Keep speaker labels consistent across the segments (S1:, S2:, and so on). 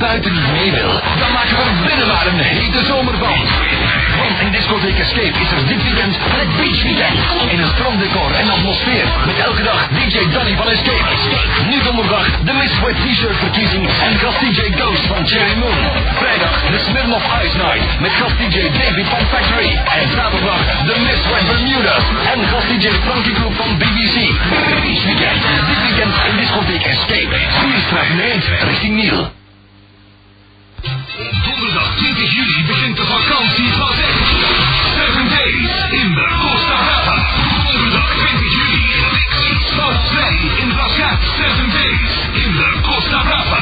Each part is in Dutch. S1: mee wil, dan maken we er binnen maar een hete zomer van. Want in Discotheek Escape is er dit weekend het Beach Weekend. In een stranddecor en atmosfeer. Met elke dag DJ Danny van Escape. Nu donderdag de Miss Wet T-shirt verkiezing en gast DJ Ghost van Cherry Moon. Vrijdag de Smirnoff Ice Night met gast DJ David van Factory. En zaterdag de Miss Wet Bermuda en gast DJ Frankie Groep van BBC. Beach Weekend. Dit weekend in Discotheek Escape. Spierstraat 9 richting Niel.
S2: Donderdag 20 juli begint de vakantie van echt. Seven Days in de Costa Brava. Donderdag 20 juli. Stad 2 in Rascat. Seven Days in de Costa Brava.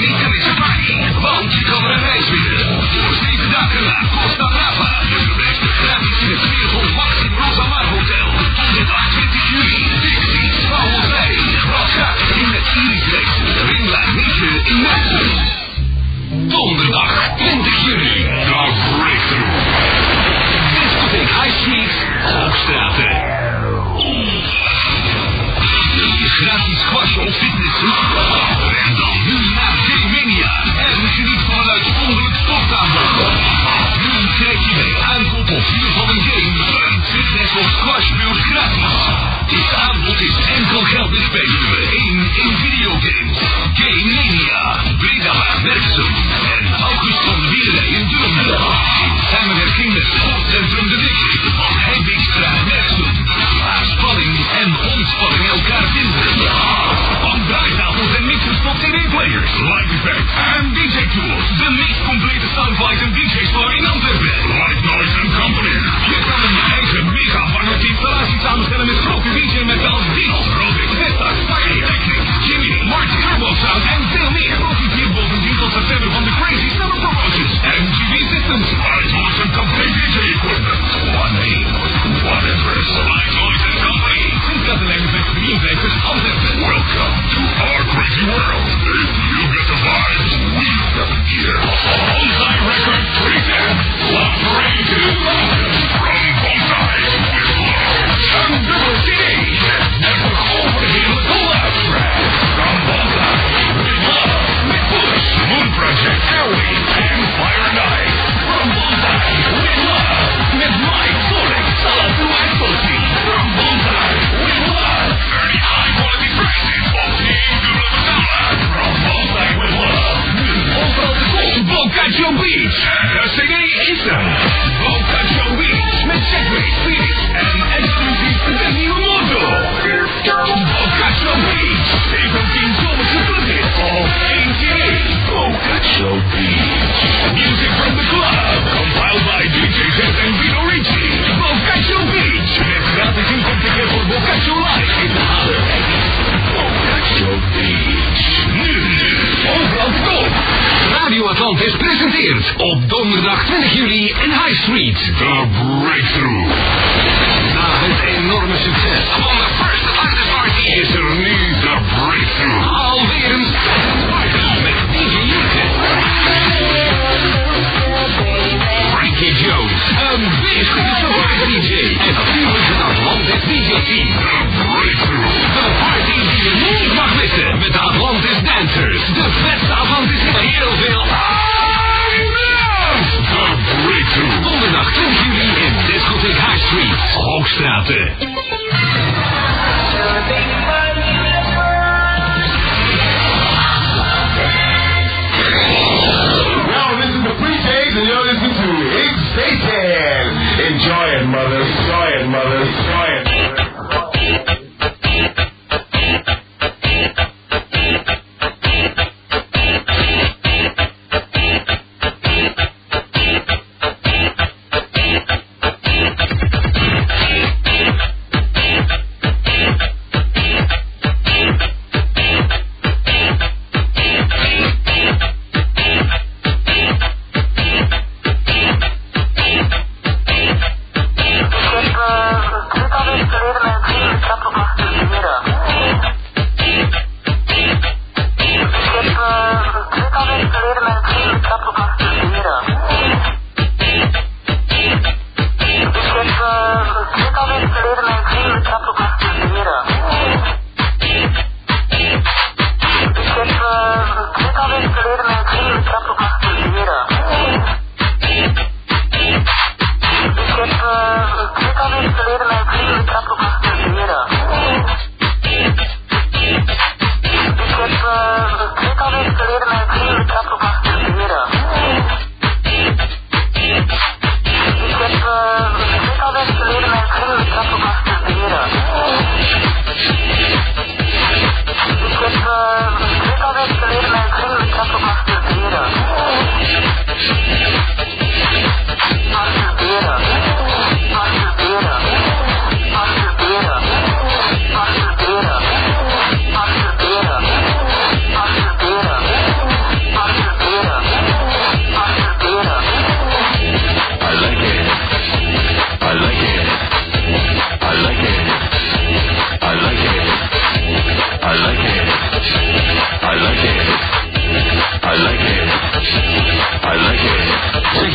S2: Niet te missen party, want je kan er een reis winnen. Voor 7 dagen naar Costa Brava. Dus een reis met gratis in het Smeervol Max in Rosa Mar Hotel. Donderdag 20 juli. Dixie, Paul 2. Rascat in het Iris Rex. Ringlaar Nietje in Messen. Donderdag 20 juli. De Breakthrough. Discotheek High Street, Hoogstraten. Wil je gratis kwastje op fitnessen? Ren dan nu naar G-Mania en geniet van een uitzonderlijk sportaanbod. Nu krijg je bij aankoop of huur van een game een fitness- of squashbeurt gratis. Dit aanbod is enkel geldig bij nummer 1 in videogames. G-Mania, Breda Merksum en August van de Wielen in Durban. In samenwerking met Sportcentrum De Wik van Heibigstra Merksum. Waar spanning en ontspanning elkaar vinden. Ontbijttafels en mixerspot CD-players, live effect en DJ tools. De meest complete soundbite en DJ store in Antwerpen. Light Noise and Company. Je kan een eigen mega warmte installatie samenstellen met grote DJ met als Dino, Robic, Vesta, Spire, Technic, Jimmy, Martin, Turbo Sound en veel meer. Profiteer bovendien tot september van de Crazy Summer Promotions. MGB Systems. Light Noise and Company DJ Equipment. One name, one address. Light Noise and Company. Sint-Katelijnen met 53 Antwerpen. Welcome to our crazy world. If you get the vibes, we got it here. Bonsai Record presents Love Parade 2. From Bonsai with Love. Een dubbel CD. Met een overheerlijke love track. From Bonsai with Love. Met Bush, Moon Project, Airway en Fire and Ice. From Bonsai with Love. Met Mike, Sonic, Salatu en Sophie. From Bonsai with Love. Very high quality prices op één dubbele betalen. From Bonsai with Love. Nu overal te koop. Bocaccio Beach. De CD is hem. Bocaccio Beach. Met Segway, Phoenix en exclusief de nieuwe motto. Bocaccio Beach. 17 zomerse clubhits op één CD. Bocaccio Beach. Music from the club. Compiled by DJ Zed en Vito Ricci. Bocaccio Beach. Met gratis inkomticket voor Bocaccio Live in Haarlem. Bocaccio Beach. Nu, nu. Overal te koop. Radio Atlantis presenteert op donderdag 20 juli in High Street. The Breakthrough. Na het enorme succes van de First Atlantis Party is er nu The Breakthrough. Alweer een special party met DJ Jurgen. Frankie Jones, een beestelijke surprise DJ. En natuurlijk het Atlantis DJ Team. The Breakthrough. De party die je niet mag missen met de Atlantis Dancers. De beste Atlantis in heel veel. The Breakthrough. Donderdag 20 juli in Discotheek High Street, Hoogstraten.
S3: Now listen to pre-tapes and you're listening to Hig Satan. Enjoy it, mother. Enjoy it, mother. Enjoy it.
S4: Ik heb eh, dit al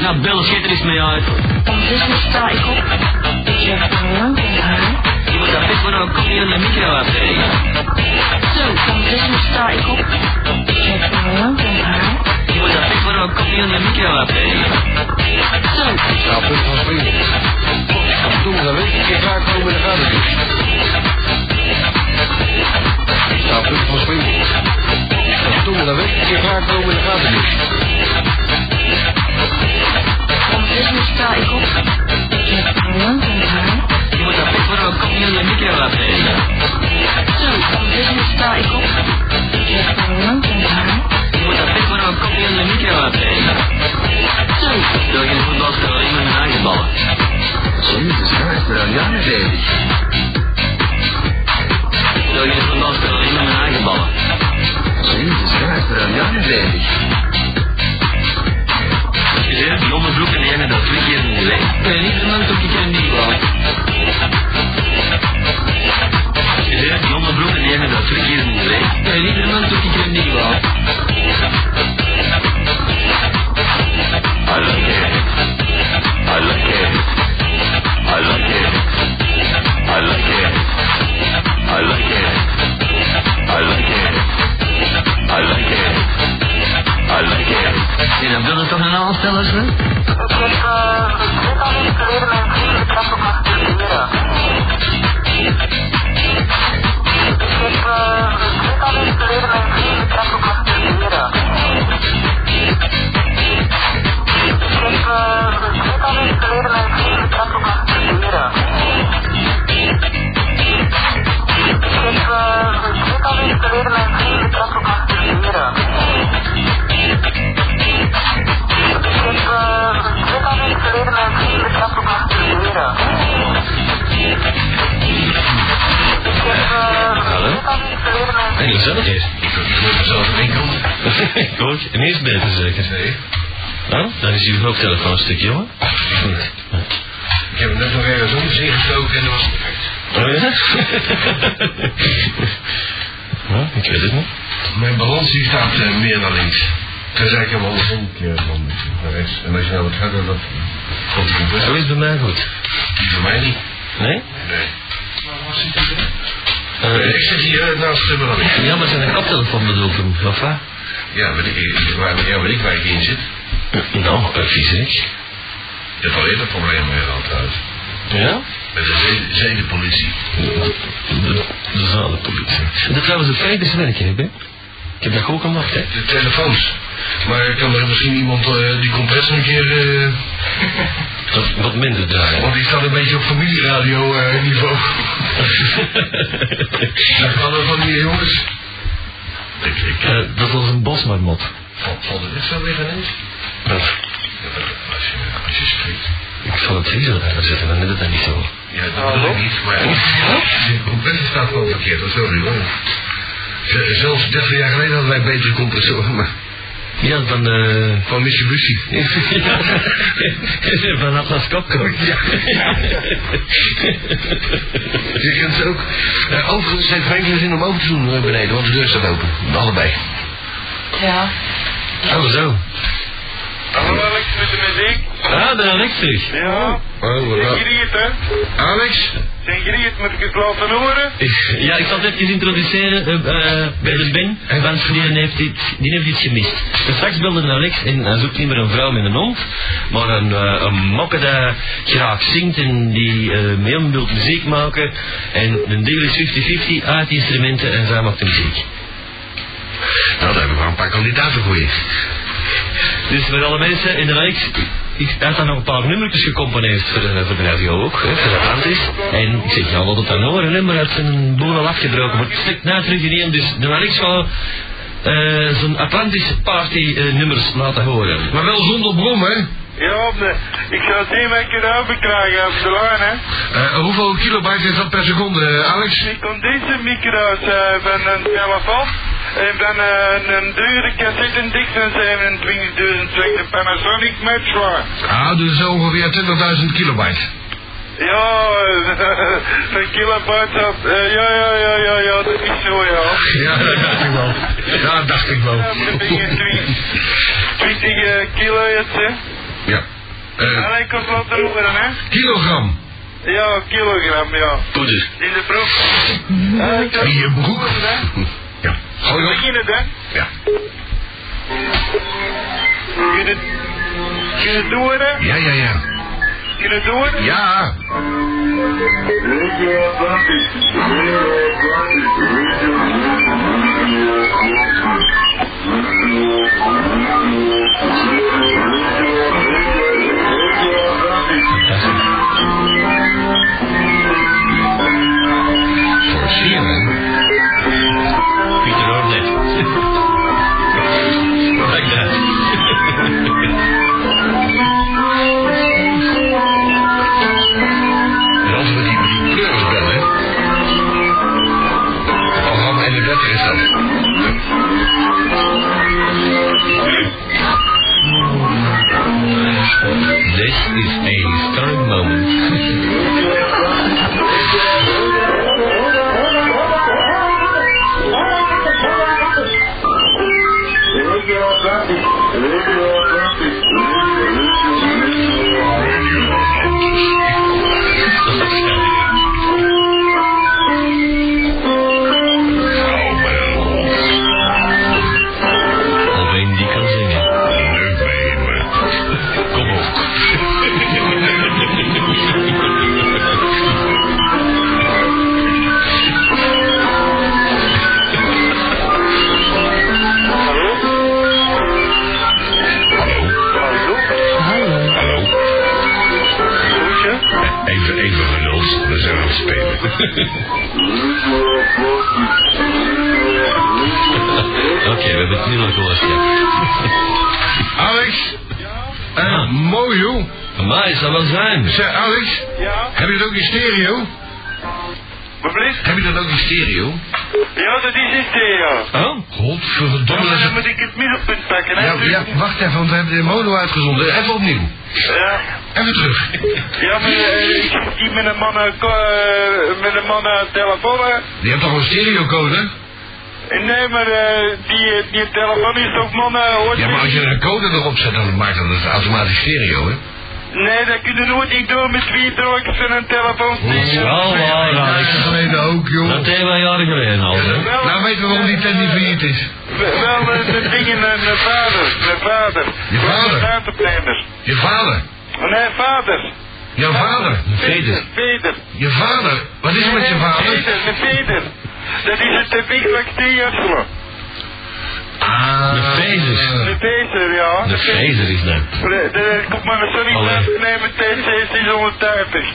S5: nou bellen, schijt er eens mee uit. Je moet dat best wel een kopje in de micro afzetten. Zo, je moet dat best wel een kopje in de micro afzetten. Zo,
S6: Nou, punt van springen. Dat doen we dan weet ik. Ik ga komen in de gaten. Nou, punt van springen. Dat doen we dan weet ik. Ik ga komen in de gaten.
S5: je moet dat best wel een kopje in de micro afzetten. Zo, je moet dat best wel een kopje in de micro afzetten. Zo, door je voetbalstel in mijn eigen ballen.
S6: Jezus Christus, dat jammer zeg.
S5: Door je voetbalstel in mijn eigen ballen.
S6: Jezus Christus, dat jammer zeg.
S5: Je zegt, die jonge broek en die ene dat twee keer in de week. Nee, niet een land op je kan niet wel. Je zegt, die jonge broek en die ene dat twee keer in de week. Nee, niet een land op je kan niet wel.
S7: I like it. I like it. I like it. I like it. I like it. I like it. I like it. I like it.
S5: Nee, dan wil je toch een aansteller, hè?
S1: En die zelf is. Ik hoor mezelf in winkel. Goed, en eerst beter zeker. Nee. Oh, dan is uw hoofdtelefoon een stuk jongen.
S6: Ik heb net nog ergens om zich gestoken en dat was
S1: Oh ja? nou, ik weet het niet.
S6: Mijn balans die staat eh, meer naar links. Tenzij ik hem al een keer van naar rechts. En als je nou wat harder dat komt hij
S1: Zo
S6: best.
S1: is het bij mij goed.
S6: Die voor mij niet.
S1: Nee?
S6: Nee.
S1: Eh,
S6: Eh, Ik zit hier eh, naast de belangrijk.
S1: ja, maar zijn een koptelefoon bedoeld hem, of wat?
S6: Ja, weet ik, waar, ja, weet ik waar ik in zit.
S1: Nou, eh, vies ik.
S6: Ik heb al eerder problemen mee gehad trouwens.
S1: Ja?
S6: eh, Met de zede- zedenpolitie.
S1: De, de zalenpolitie. Dat trouwens het feit is werken, hè? Ben? Ik heb dat ook gemaakt, hè?
S6: De telefoons. Maar kan er misschien iemand eh, die compressor een keer... eh,
S1: Dat wat minder draaien.
S6: want die staat een beetje op familieradio eh, niveau. Dat kan er van die jongens. Ik, ik,
S1: Eh, dat was een bosmarmot.
S6: Valt valt het echt zo weg ineens? Ja, maar als je, als je spreekt.
S1: Ik zal het viezer daar zetten, dan is het dan niet zo.
S6: Ja, dat bedoel ik niet, maar... De compressor staat wel verkeerd, dat is wel ruw, hoor. Z- Zelfs 30 jaar geleden hadden wij betere compressoren, maar...
S1: Ja, van eh, de...
S6: Van Mitsubishi.
S1: van Atlas Copco.
S6: Je kunt ze ook... Eh, overigens heeft geen zin om open te doen eh, beneden, want de deur staat open. Allebei.
S1: Oh, zo.
S2: Hallo Alex met de muziek.
S1: Ah, de elektrische.
S2: Ja.
S6: Oh,
S2: Zijn jullie het, hè?
S6: Alex?
S2: Zijn jullie het? Moet ik het laten horen?
S1: Ja, ik zal het even introduceren eh, eh, bij de Ben, want die heeft, dit, die heeft iets gemist. Dus straks belde naar Lex en hij zoekt niet meer een vrouw met een hond, maar een, eh, een mokke die graag zingt en die eh mee om wil muziek maken. En een deal is 50-50 uit instrumenten en zij maakt de muziek.
S6: Nou, daar heb ik wel een paar kandidaten voor je.
S1: Dus voor alle mensen in de wijk, ik had dan nog een paar nummertjes gecomponeerd voor de, voor de radio ook, hè, voor dat is. En ik zeg, ja, wat het dan horen, hè, maar het is een boel al afgebroken. Maar het stuk na terug in één, dus de Alex zal eh, zo'n Atlantische party eh, nummers laten horen.
S6: Maar wel zonder brom, hè?
S2: Ja, op de, ik ga het een keer overkrijgen op de lijn, hè.
S6: Eh, hoeveel kilobyte is dat per seconde, eh, Alex?
S2: Ik kon deze micro's eh, van een telefoon en van eh, een, een dure cassette Dixon 27.000 Panasonic Metro.
S6: Ah, dus zo ongeveer 20.000 kilobyte.
S2: Ja, eh, een kilobyte of... eh, ja, ja, ja, ja, ja, dat is zo, ja.
S6: Ja, dat dacht ik wel. Ja, dat dacht ik wel.
S2: Ja, maar dan ben je 20 eh, kilo, hè.
S6: Ja. Eh,
S2: En hij kost wat te moeder, hè?
S1: Kilogram.
S2: Ja, kilogram, ja.
S7: Poeder.
S2: In de broek. Ja, ik
S1: In je broek. Ja. Hou je op.
S2: Begin het, hè?
S1: Ja.
S2: Kun je het, kun je het doen, hè?
S1: Ja, ja, ja.
S2: Kun je het doen?
S1: Ja. Voor CNN.
S7: Pieter Ornet. Kijk daar.
S1: En als we die, die pleurs bellen. Programma 31 is dat.
S7: This is a historic moment. Alleen die kan zingen. Kom op.
S1: Hallo. Even, even geduld, we zijn aan het spelen.
S7: Oké, we hebben het nu nog gehoord, ja.
S1: Alex, eh,
S7: Ah.
S1: mooi joh.
S7: Maar is dat wel zijn?
S1: Zeg, Alex,
S2: Ja,
S1: heb je dat ook in stereo?
S2: wat blieft?
S1: Heb je dat ook in stereo?
S2: Ja, dat is het, eh, ja.
S7: Oh?
S2: Ja,
S1: Godverdomme.
S2: maar
S1: dat
S2: dan
S1: is-
S2: moet ik het middelpunt pakken, hè?
S1: Ja, ja, wacht even, want we hebben de mono uitgezonden. Even opnieuw.
S2: ja.
S1: Even terug.
S2: Ja, maar eh, ik zit hier met een man aan ko- eh, met een man aan telefoon. hè.
S1: Je hebt toch een stereocode?
S2: Eh, Nee, maar eh, die, eh, die telefoon is toch man eh, hoort
S1: Ja, maar als je
S2: niet.
S1: er een code erop zet, dan maakt dat het automatisch stereo, hè?
S2: Nee, dat kun je nooit niet doen met twee drugs en een telefoon.
S7: Wel waar, Alex.
S1: Jaren geleden ook, joh.
S7: Dat hebben we jaren geleden al, hè?
S1: Nou weten we waarom die tent niet failliet is.
S2: We- Wel eh, de dingen naar mijn vader, mijn vader.
S1: Je vader?
S2: Waterplaners.
S1: Je vader.
S2: Nee, vader.
S1: Jouw vader.
S7: Veder.
S2: Vader.
S1: Je vader. Wat is er met je vader?
S2: Vader, mijn vader. Dat is het eh, Big Black Theater.
S1: Ah.
S7: De Vezers.
S2: De Peter, ja.
S7: De Vezer is dat.
S2: De- de- Kom maar een sorry
S7: Allee.
S2: plaats te nemen, TC 630.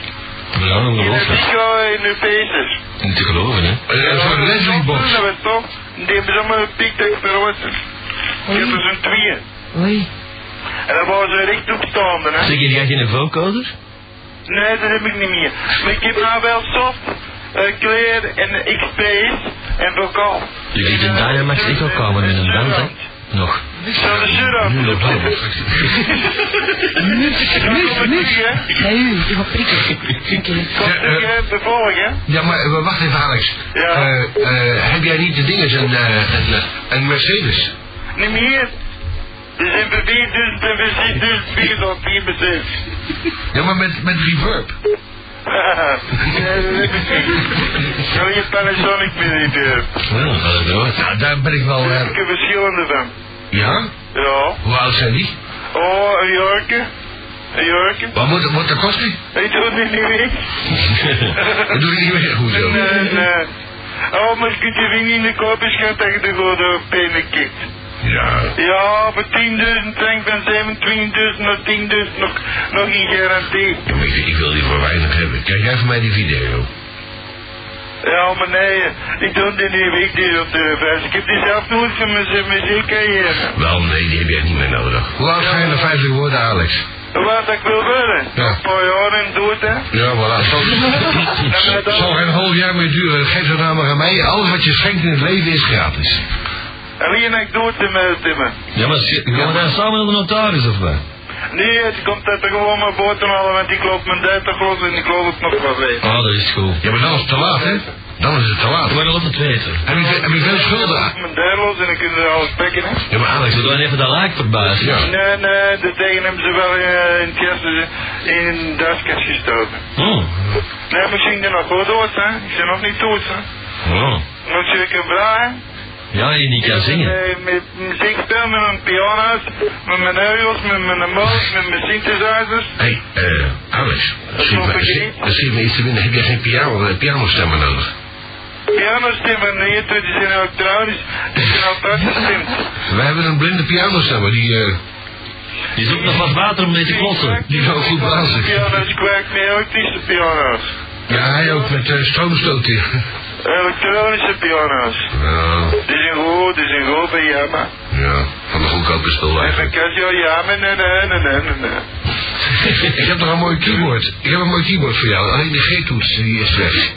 S7: We gaan hem
S2: In een
S7: geloven.
S2: disco in de Peter.
S7: Niet te geloven, hè?
S1: Een soort Leslie Box.
S2: Dat was toch? Die hebben zomaar een picktek verwassen. Die hebben zo'n tweeën.
S8: Oei.
S2: En dan waren ze recht opstaande, hè?
S7: Zeg, je gaat geen vocoder?
S2: Nee, dat heb ik niet meer. Maar ik heb nou wel soft, eh kleer en XP's en vocaal.
S7: Je kunt een Dynamax Echo komen met een band, hè? Nog.
S2: Zo de zero.
S7: Nu loopt het op.
S2: Kom terug, hè?
S8: Bij u, u gaat prikken. Prikken.
S2: Kom
S7: eh,
S2: terug, hè? Bevolg, hè?
S1: Ja, maar eh, wacht even, Alex.
S2: Ja.
S1: Eh, eh, heb jij niet de dinges een, eh, een, eh, een Mercedes?
S2: Niet meer. Er zijn voor dus, 4000 en voor 6000 bier dan 4 bezit.
S1: Ja, maar met, met reverb.
S2: Zo je Panasonic meer niet eh. hebben.
S7: Wel, dat is wel.
S1: Nou, daar ben ik wel...
S2: Er
S1: eh,
S2: zijn verschillende van.
S1: ja?
S2: Ja.
S1: Hoe oud zijn die?
S2: Oh, een jurkje. Een jurkje.
S1: Wat moet wat dat kost die?
S2: Ik doe het niet meer.
S1: Dat doe ik niet meer goed,
S2: En,
S1: joh.
S2: eh, eh, Oh, maar je kunt je vinger in de kopjes gaan tegen de goede penen kikt.
S1: Ja.
S2: Ja, voor 10.000 denk van 27.000 naar 10.000 nog, nog in garantie.
S1: Ja, maar ik, ik wil die voor weinig hebben. Kijk jij voor mij die video?
S2: Ja, maar nee, ik doe dit niet weg, die op de vijf. Ik heb die zelf nooit van mijn zijn muziekcarrière.
S1: Wel, nee, die heb jij niet meer nodig. Hoe oud zijn de 50 woorden, Alex?
S2: Wat ik wil worden.
S1: Ja.
S2: Een paar jaar en dood, hè.
S1: Ja, voilà. Zal,
S2: En, eh,
S1: zal
S2: dan-
S1: geen half jaar meer duren. Geef dat nou maar aan mij. Alles wat je schenkt in het leven is gratis.
S2: Alleen ik dood in mijn timmer.
S7: Ja, maar zie- gaan we dan samen naar de notaris of wat?
S2: Nee, het komt uit de gewoon maar boot te halen, want ik loop mijn 30 los en ik loop het nog wel weer.
S7: Ah, dat is goed.
S1: Ja, maar dan is het te laat, hè?
S6: Dan is het te laat.
S1: Je moet nog altijd weten.
S6: Heb je, heb je veel schulden?
S2: Ik ben deurloos en dan kunnen ze alles bekken. hè.
S6: Ja, maar Alex,
S1: Ze doen even dat laak verbazen.
S6: Ja.
S2: Nee, nee, de tegen hebben ze wel eh, in het eerste in een duiskast gestoken.
S1: Oh.
S2: Nee, misschien zijn nog wel dood, hè? Ze zijn nog niet dood, hè?
S1: Oh.
S2: Moet je een braai?
S1: Ja, je niet kan zingen.
S2: Eh, met muziek speel met mijn piano's, met mijn eugels, met mijn moot, met mijn synthesizers.
S6: hey, eh, Alex.
S2: nog een keer.
S6: Dat schiet me iets te binnen. Heb jij geen piano, eh, pianostemmen nodig?
S2: Pianostemmen, nee, toen die zijn elektronisch, die zijn altijd gestemd.
S6: Wij hebben een blinde pianostemmer die... eh
S1: Je zoekt nog wat water om mee te klossen.
S6: Die zou goed blazen.
S2: Piano's kwijt met elektrische piano's.
S6: ja, hij ook met eh, stroomstoot hier.
S2: Elektronische piano's.
S6: Ja,
S2: Dit is een goed, dit is een goed bij Yama.
S6: ja. Van de goedkope spul
S2: En van
S6: eigenlijk.
S2: Casio Yama, nee, nee, nee, nee, nee, nee.
S6: Ik heb nog een mooi keyboard. Ik heb een mooi keyboard voor jou. Alleen de G-toets, die is weg.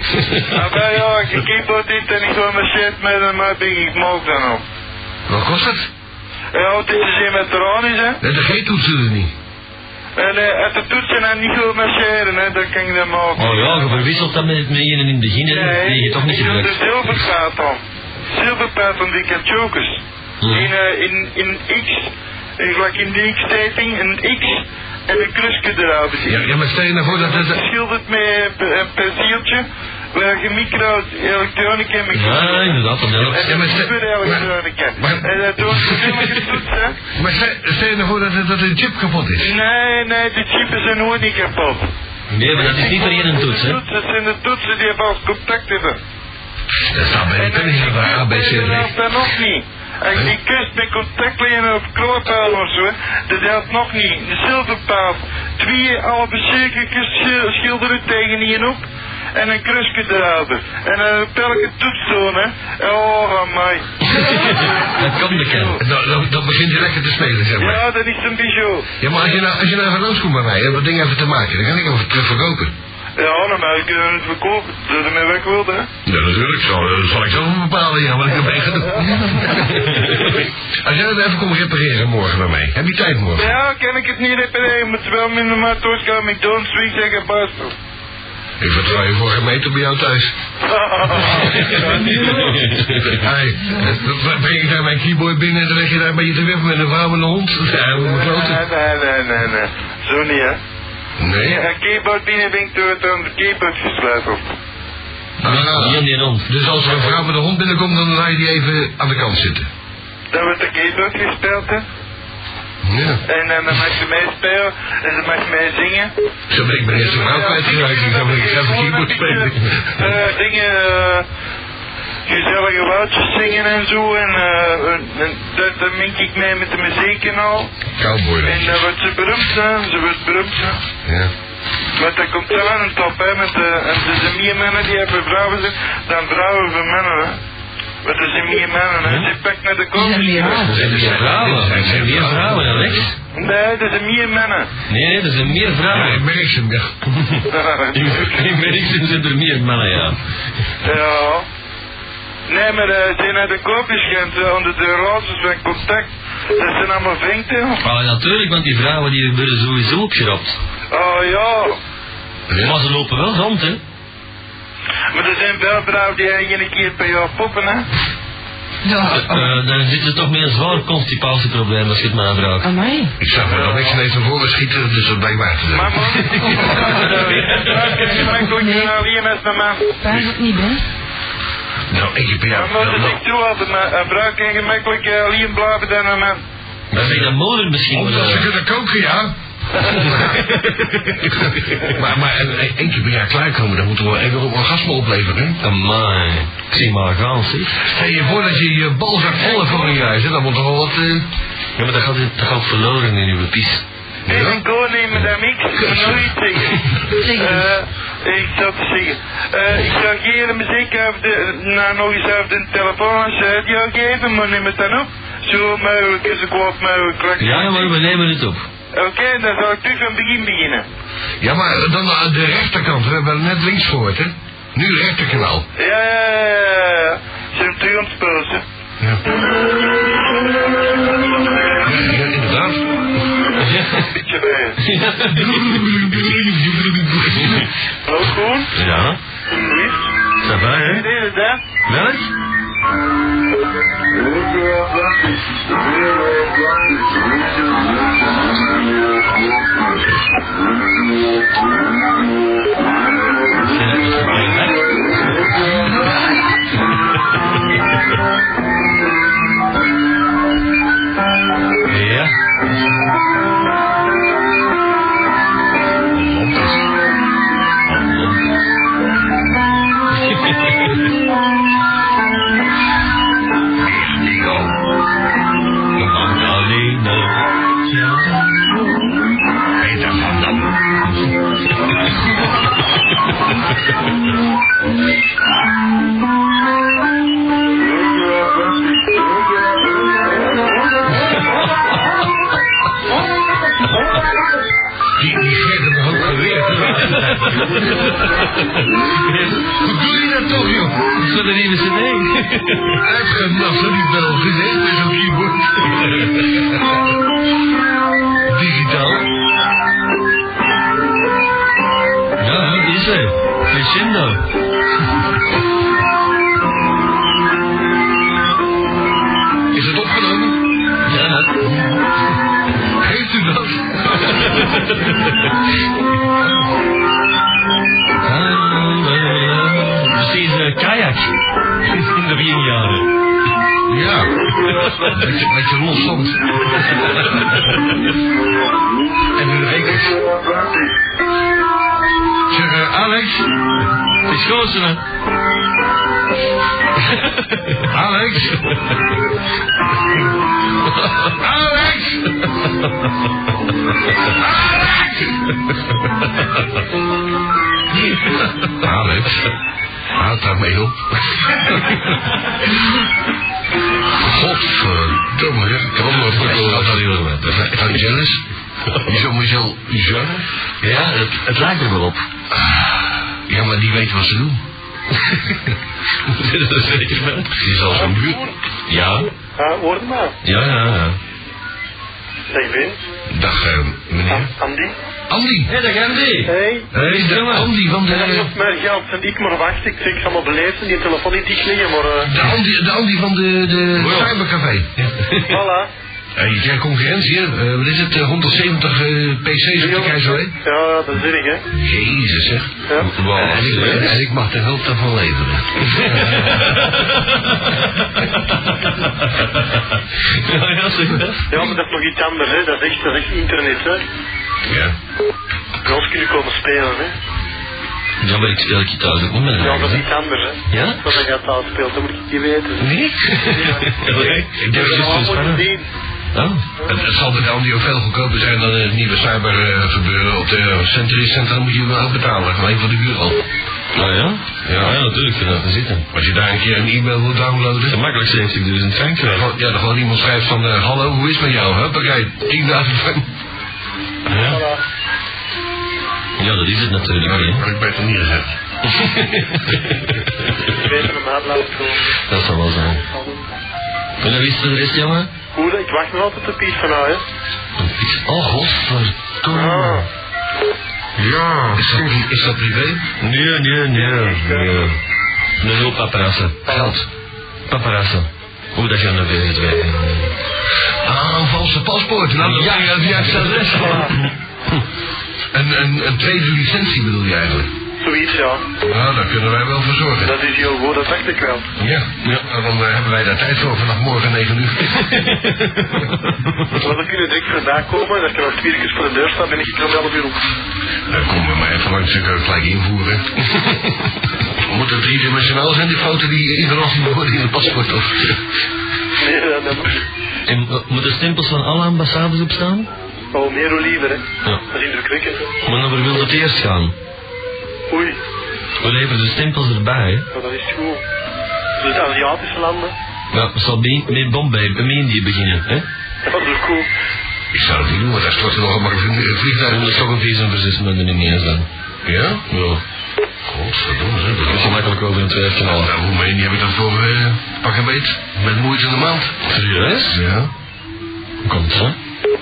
S2: Maar bij jou, ik keyboard dit en ik wil mijn shit met een mapping, ik maak dan op.
S6: Wat kost het?
S2: Ja, dit is elektronisch, hè.
S6: Nee, de G-toets doet het niet.
S2: En eh, als de toetsen en niet wil marcheren, hè, dan kan ik dat maken.
S1: Oh ja, je verwisselt dat met het meeën in het begin hè, die je toch niet
S2: ik doe de
S1: gebruikt.
S2: zilverplaat om. Zilverplaat om die kachokers.
S1: Ja.
S2: In, eh, in, in X, in, like in de X-stating, een X en een kruske eruit.
S6: Ja, ja, maar stel je nou voor dat dat... dat-
S2: Schildert met een een penseeltje, waar je micro elektronica en micro.
S1: Ja, inderdaad, dat helpt.
S2: En
S6: Ja, maar
S2: een
S6: ze-
S2: superelektronica.
S6: maar-
S2: En dat door verschillende toetsen.
S6: Maar stel, stel je nou voor dat, dat- dat een chip kapot is.
S2: Nee, nee, de chips zijn nooit niet kapot.
S1: Nee, maar dat is niet voor iedereen toets, hè.
S2: Dat zijn de toetsen die hebben als contact hebben.
S6: Dat staat bij de penning van de
S1: ah,
S6: ABCD.
S2: Dat nog niet. Als die kust met contactlijnen op kloopaal of zo, dat helpt nog niet. Een zilverpaal, twee halve cirkeltjes schi- schilderen tegen je op en een krusje eruit. En een pelke toetstoon, hè. En Oh, amai.
S1: Dat kan bekend.
S6: En Dan, dan, dan begint hij lekker te spelen, zeg maar.
S2: Ja, dat is een bijzonder.
S6: Ja, maar als je nou, als je nou even langskomt bij mij, hebt dat ding even te maken, dan kan ik hem even terug verkopen.
S2: Ja, nou, maar ik kan het verkopen. Dat je ermee weg wilde, hè.
S6: Ja, natuurlijk. Zal, zal ik zelf bepalen, ja, wat ik erbij ga doen. Als jij dat even komt repareren morgen bij mij. Heb je tijd morgen?
S2: Ja, kan ik het niet repareren, moet wel met de maat doorgaan, McDonald's, wie zeggen, pastel.
S6: Ik vertrouw je voor geen meter bij jou thuis. Hey, eh, breng ik daar mijn keyboard binnen en dan leg je daar een beetje te wippen met een vrouw en een hond? Ja, hoe
S2: Nee,
S6: kloten?
S2: nee, nee, nee, nee. Zo niet, hè.
S6: Nee.
S2: Ja, keyboard binnen ben ik door het aan de keyboard gesluiteld.
S6: Ah,
S1: Hier in die rond.
S6: dus als er een vrouw met een hond binnenkomt, dan laat je die even aan de kant zitten.
S2: Dan wordt de keyboard gespeeld, hè.
S6: Ja.
S2: En eh, dan mag je meespelen en dan mag je meezingen.
S6: Zo ben ik mijn eerste vrouw kwijtgeraakt. Ik zou ik zelf een keyboard spelen.
S2: Eh, dingen, eh, gezellige woudjes zingen en zo. En, eh, en, en dat, dat mink ik mee met de muziek en al.
S6: Cowboy.
S2: En dan wordt ze beroemd, hè. Ze wordt beroemd, hè.
S6: Ja.
S2: Maar dat komt wel aan een top, hè, met de, en de, de meer mannen die hebben vrouwen zijn, dan vrouwen voor mannen, hè. Want er zijn meer mannen, hè. Ze pakt naar de kop.
S1: Zijn er meer vrouwen? Er zijn meer vrouwen, Alex.
S2: Nee, dat zijn meer mannen.
S1: Nee, nee, er zijn meer
S6: Ja,
S1: vrouwen.
S6: ik merk ze, ja.
S1: In in Merksem zijn er meer mannen, ja.
S2: ja. Nee, maar eh, ze zijn naar de kop geschend, eh, onder de rozen van contact. Dat zijn allemaal vrienden.
S1: Maar natuurlijk, want die vrouwen die worden sowieso opgeropt.
S2: Oh ja.
S1: Maar ze lopen wel rond, hè.
S2: Maar er zijn wel vrouwen die één keer per jaar poppen, hè.
S1: Eh, dan zitten ze toch met een zwaar constipatieprobleem, als je het mij vraagt.
S9: Amai.
S6: Ik zag me dan niks ineens naar voren schieten, dus dat blijkt waar te
S2: Maar
S6: zijn.
S2: man, dat is makkelijk alleen als een man.
S9: Waar is het niet bij?
S6: Nou, één keer per
S2: Ja,
S6: jaar.
S2: maar
S6: Nou,
S2: dat
S6: nou,
S2: ik toe altijd, maar een vrouw kan gemakkelijk eh, alleen blijven dan een man.
S1: Dan ben je dat moeder misschien wel.
S6: Omdat ze
S1: eh,
S6: kunnen koken, ja. maar maar eh, een- een- één keer per jaar klaarkomen, dan moeten we even een orgasme opleveren. hè?
S1: Amai. Zie maar gaan, zeg.
S6: Stel je voor dat je je balzak vol hebt voor een jaar, hè, dan moet er wel wat... eh,
S1: Ja, maar dat gaat, dat gaat verloren in uw pis.
S2: Nee, ik go nemen dan niks, nooit zeggen. Eh, ik zou te zeggen. Eh, ik zou geen muziek even de, nou, nog eens even de telefoon als radio geven, maar neem het dan op. Zo mogelijk is het wat mogelijk.
S1: Ja, maar we nemen het op.
S2: Oké, dan zal ik terug van begin beginnen.
S6: Ja, maar dan eh, aan
S1: eh.
S6: de rechterkant. We hebben net links gehoord, hè? Nu rechterkanaal.
S2: Ja, ja, ja, ja, ja. Ze hebben terug aan het spulsen.
S6: Ja. Ja, inderdaad.
S2: Beetje bij. Ook goed?
S1: Ja.
S2: Lief?
S1: Dat waar, hè?
S2: Dit is het, hè?
S1: Welk?
S7: Ja.
S1: Die, die geeft hem ook geweerd. Hoe doe je dat toch, joh?
S7: Zullen we even cd?
S1: Uitgenast, dat nou, ik wel gezegd met zo'n keyboard. Digitaal.
S7: Ja, dat is hij. Crescendo.
S1: Is het opgenomen?
S7: Ja,
S1: Geeft u dat?
S7: Ah, Dus deze kajak in de beginjaren.
S1: Ja. Dat je, dat je loszond. en nu rekens. Zeg, eh, Alex.
S7: Het is gewoon zo, hè?
S1: Alex. Alex. Alex. Alex. Houd daarmee op. Godverdomme, ja. Kom op, Vangelis. Die zo mezelf zanger.
S7: Ja, het, het lijkt er wel op.
S1: Ja, maar die weet wat ze doen.
S7: dat weet ik wel.
S1: Die is al zo'n buurt.
S7: Ja,
S2: Ah, hoor het maar.
S7: ja, ja. ja.
S2: Zeg Vince.
S1: Dag, eh, meneer.
S2: Andy.
S1: Andy.
S7: Hé, daar gaan die.
S2: Hey.
S1: Hey, dag, Andy van de...
S2: En dan nog maar Jans en ik maar wachten. Ik zeg, ik zal maar beleefd die telefoon niet dicht liggen, maar eh,
S1: De Andy, de Andy van de, de
S7: Wow.
S1: cybercafé.
S2: voilà.
S1: Hey, jij concurrentie, hè? Eh, wat is het? eh, 170 eh, pc's op de keizer,
S2: Ja, dat is erg, hè.
S1: Jezus, zeg.
S2: Ja.
S1: Wow. En, ik, en ik mag de hulp daarvan leveren.
S7: Ja, ja, zeg dat.
S2: Ja, maar dat is nog iets anders, hè. Dat is echt, dat is echt internet, hè.
S1: Ja.
S2: Bij ons kunnen komen spelen, hè.
S7: Ja, maar ik speel ik thuis ook met
S2: Ja, dat is iets anders, hè.
S7: Ja?
S2: Wat hij gaat daar speelt, dat moet ik niet weten.
S7: Nee?
S1: Ik denk dat
S2: Ja, dat
S1: het dus
S2: moet je
S1: spannend.
S2: zien.
S7: Oh.
S1: Het, het zal bij de Andy ook veel goedkoper zijn dan het nieuwe cyber eh, gebeuren. Op de Century Center moet je wel betalen, alleen voor de huur al.
S7: Nou ja? Ja, ja natuurlijk, kunnen we zitten.
S1: Als je daar een keer een e-mail wil downloaden.
S7: Gemakkelijk 70.000 frank
S1: Ja,
S7: krijgen.
S1: gewoon- ja, dan gewoon iemand schrijft van, eh, hallo, hoe is het met jou? Huppakee, 10.000 frank.
S7: Ah Ja. ja, dat is het natuurlijk.
S1: Ja,
S7: hè.
S1: maar ik ben het niet gezegd.
S2: Ik weet het maar, laat het komen.
S7: Dat zal wel zijn. En dan wist de rest, jongen?
S2: Hoe, dat- ik wacht nog altijd op iets van jou, hè.
S7: Oh, godverdomme.
S2: Ah.
S1: Ja. Is dat, pri- Oh, is dat privé?
S7: Nee, nee, nee. nee. Nee, no paparassen. Geld. Paparassen. Hoe dat je aan de wereld werkt.
S1: Ah, een valse paspoort. Nou, dat ja, ja, ja, adres gewoon. Een, een, een tweede licentie bedoel je eigenlijk?
S2: Zoiets, ja.
S1: Nou, daar kunnen wij wel voor zorgen.
S2: Dat is heel goed, dat dacht ik wel.
S1: Ja, ja. Nou, dan eh, hebben wij daar tijd voor vanaf morgen 9 uur.
S2: Want dan kunnen we direct vandaag komen. Dat kan nog vier keer voor de deur staan. Ben ik er om 11 uur op.
S1: Dan komen Nou, we maar even langs, dan kunnen we gelijk invoeren. Moet het driedimensionaal zijn, die foto die iedereen afgenomen wordt in het paspoort? Of?
S2: Nee, dat- dat moet.
S7: En eh, moeten stempels van alle ambassades opstaan?
S2: Al oh, meer hoe liever, hè.
S7: Ja.
S2: Dat is indrukwekkend. hè.
S7: Maar dan wil dat eerst gaan.
S2: Oei,
S7: We leveren de stempels erbij. hè.
S2: nou, dat is goed. Dus de Aziatische landen.
S7: Ja, we zal bij- met Bombay, met Indië beginnen. Hè?
S2: Dat is ook goed.
S1: Ik zou het niet doen, want daar stort er nogal maar een
S7: En dat is
S1: vliegtuig.
S7: toch een visum voor zes maanden ineens dan.
S1: Ja?
S7: Ja,
S1: Godverdomme, hè.
S7: dat is gemakkelijk over een twijfje
S1: Nou,
S7: knallen.
S1: nou, Roemenië heb ik dat voor eh, pak en beet. Met moeite in de maand.
S7: Serieus?
S1: Ja.
S7: Hoe komt dat?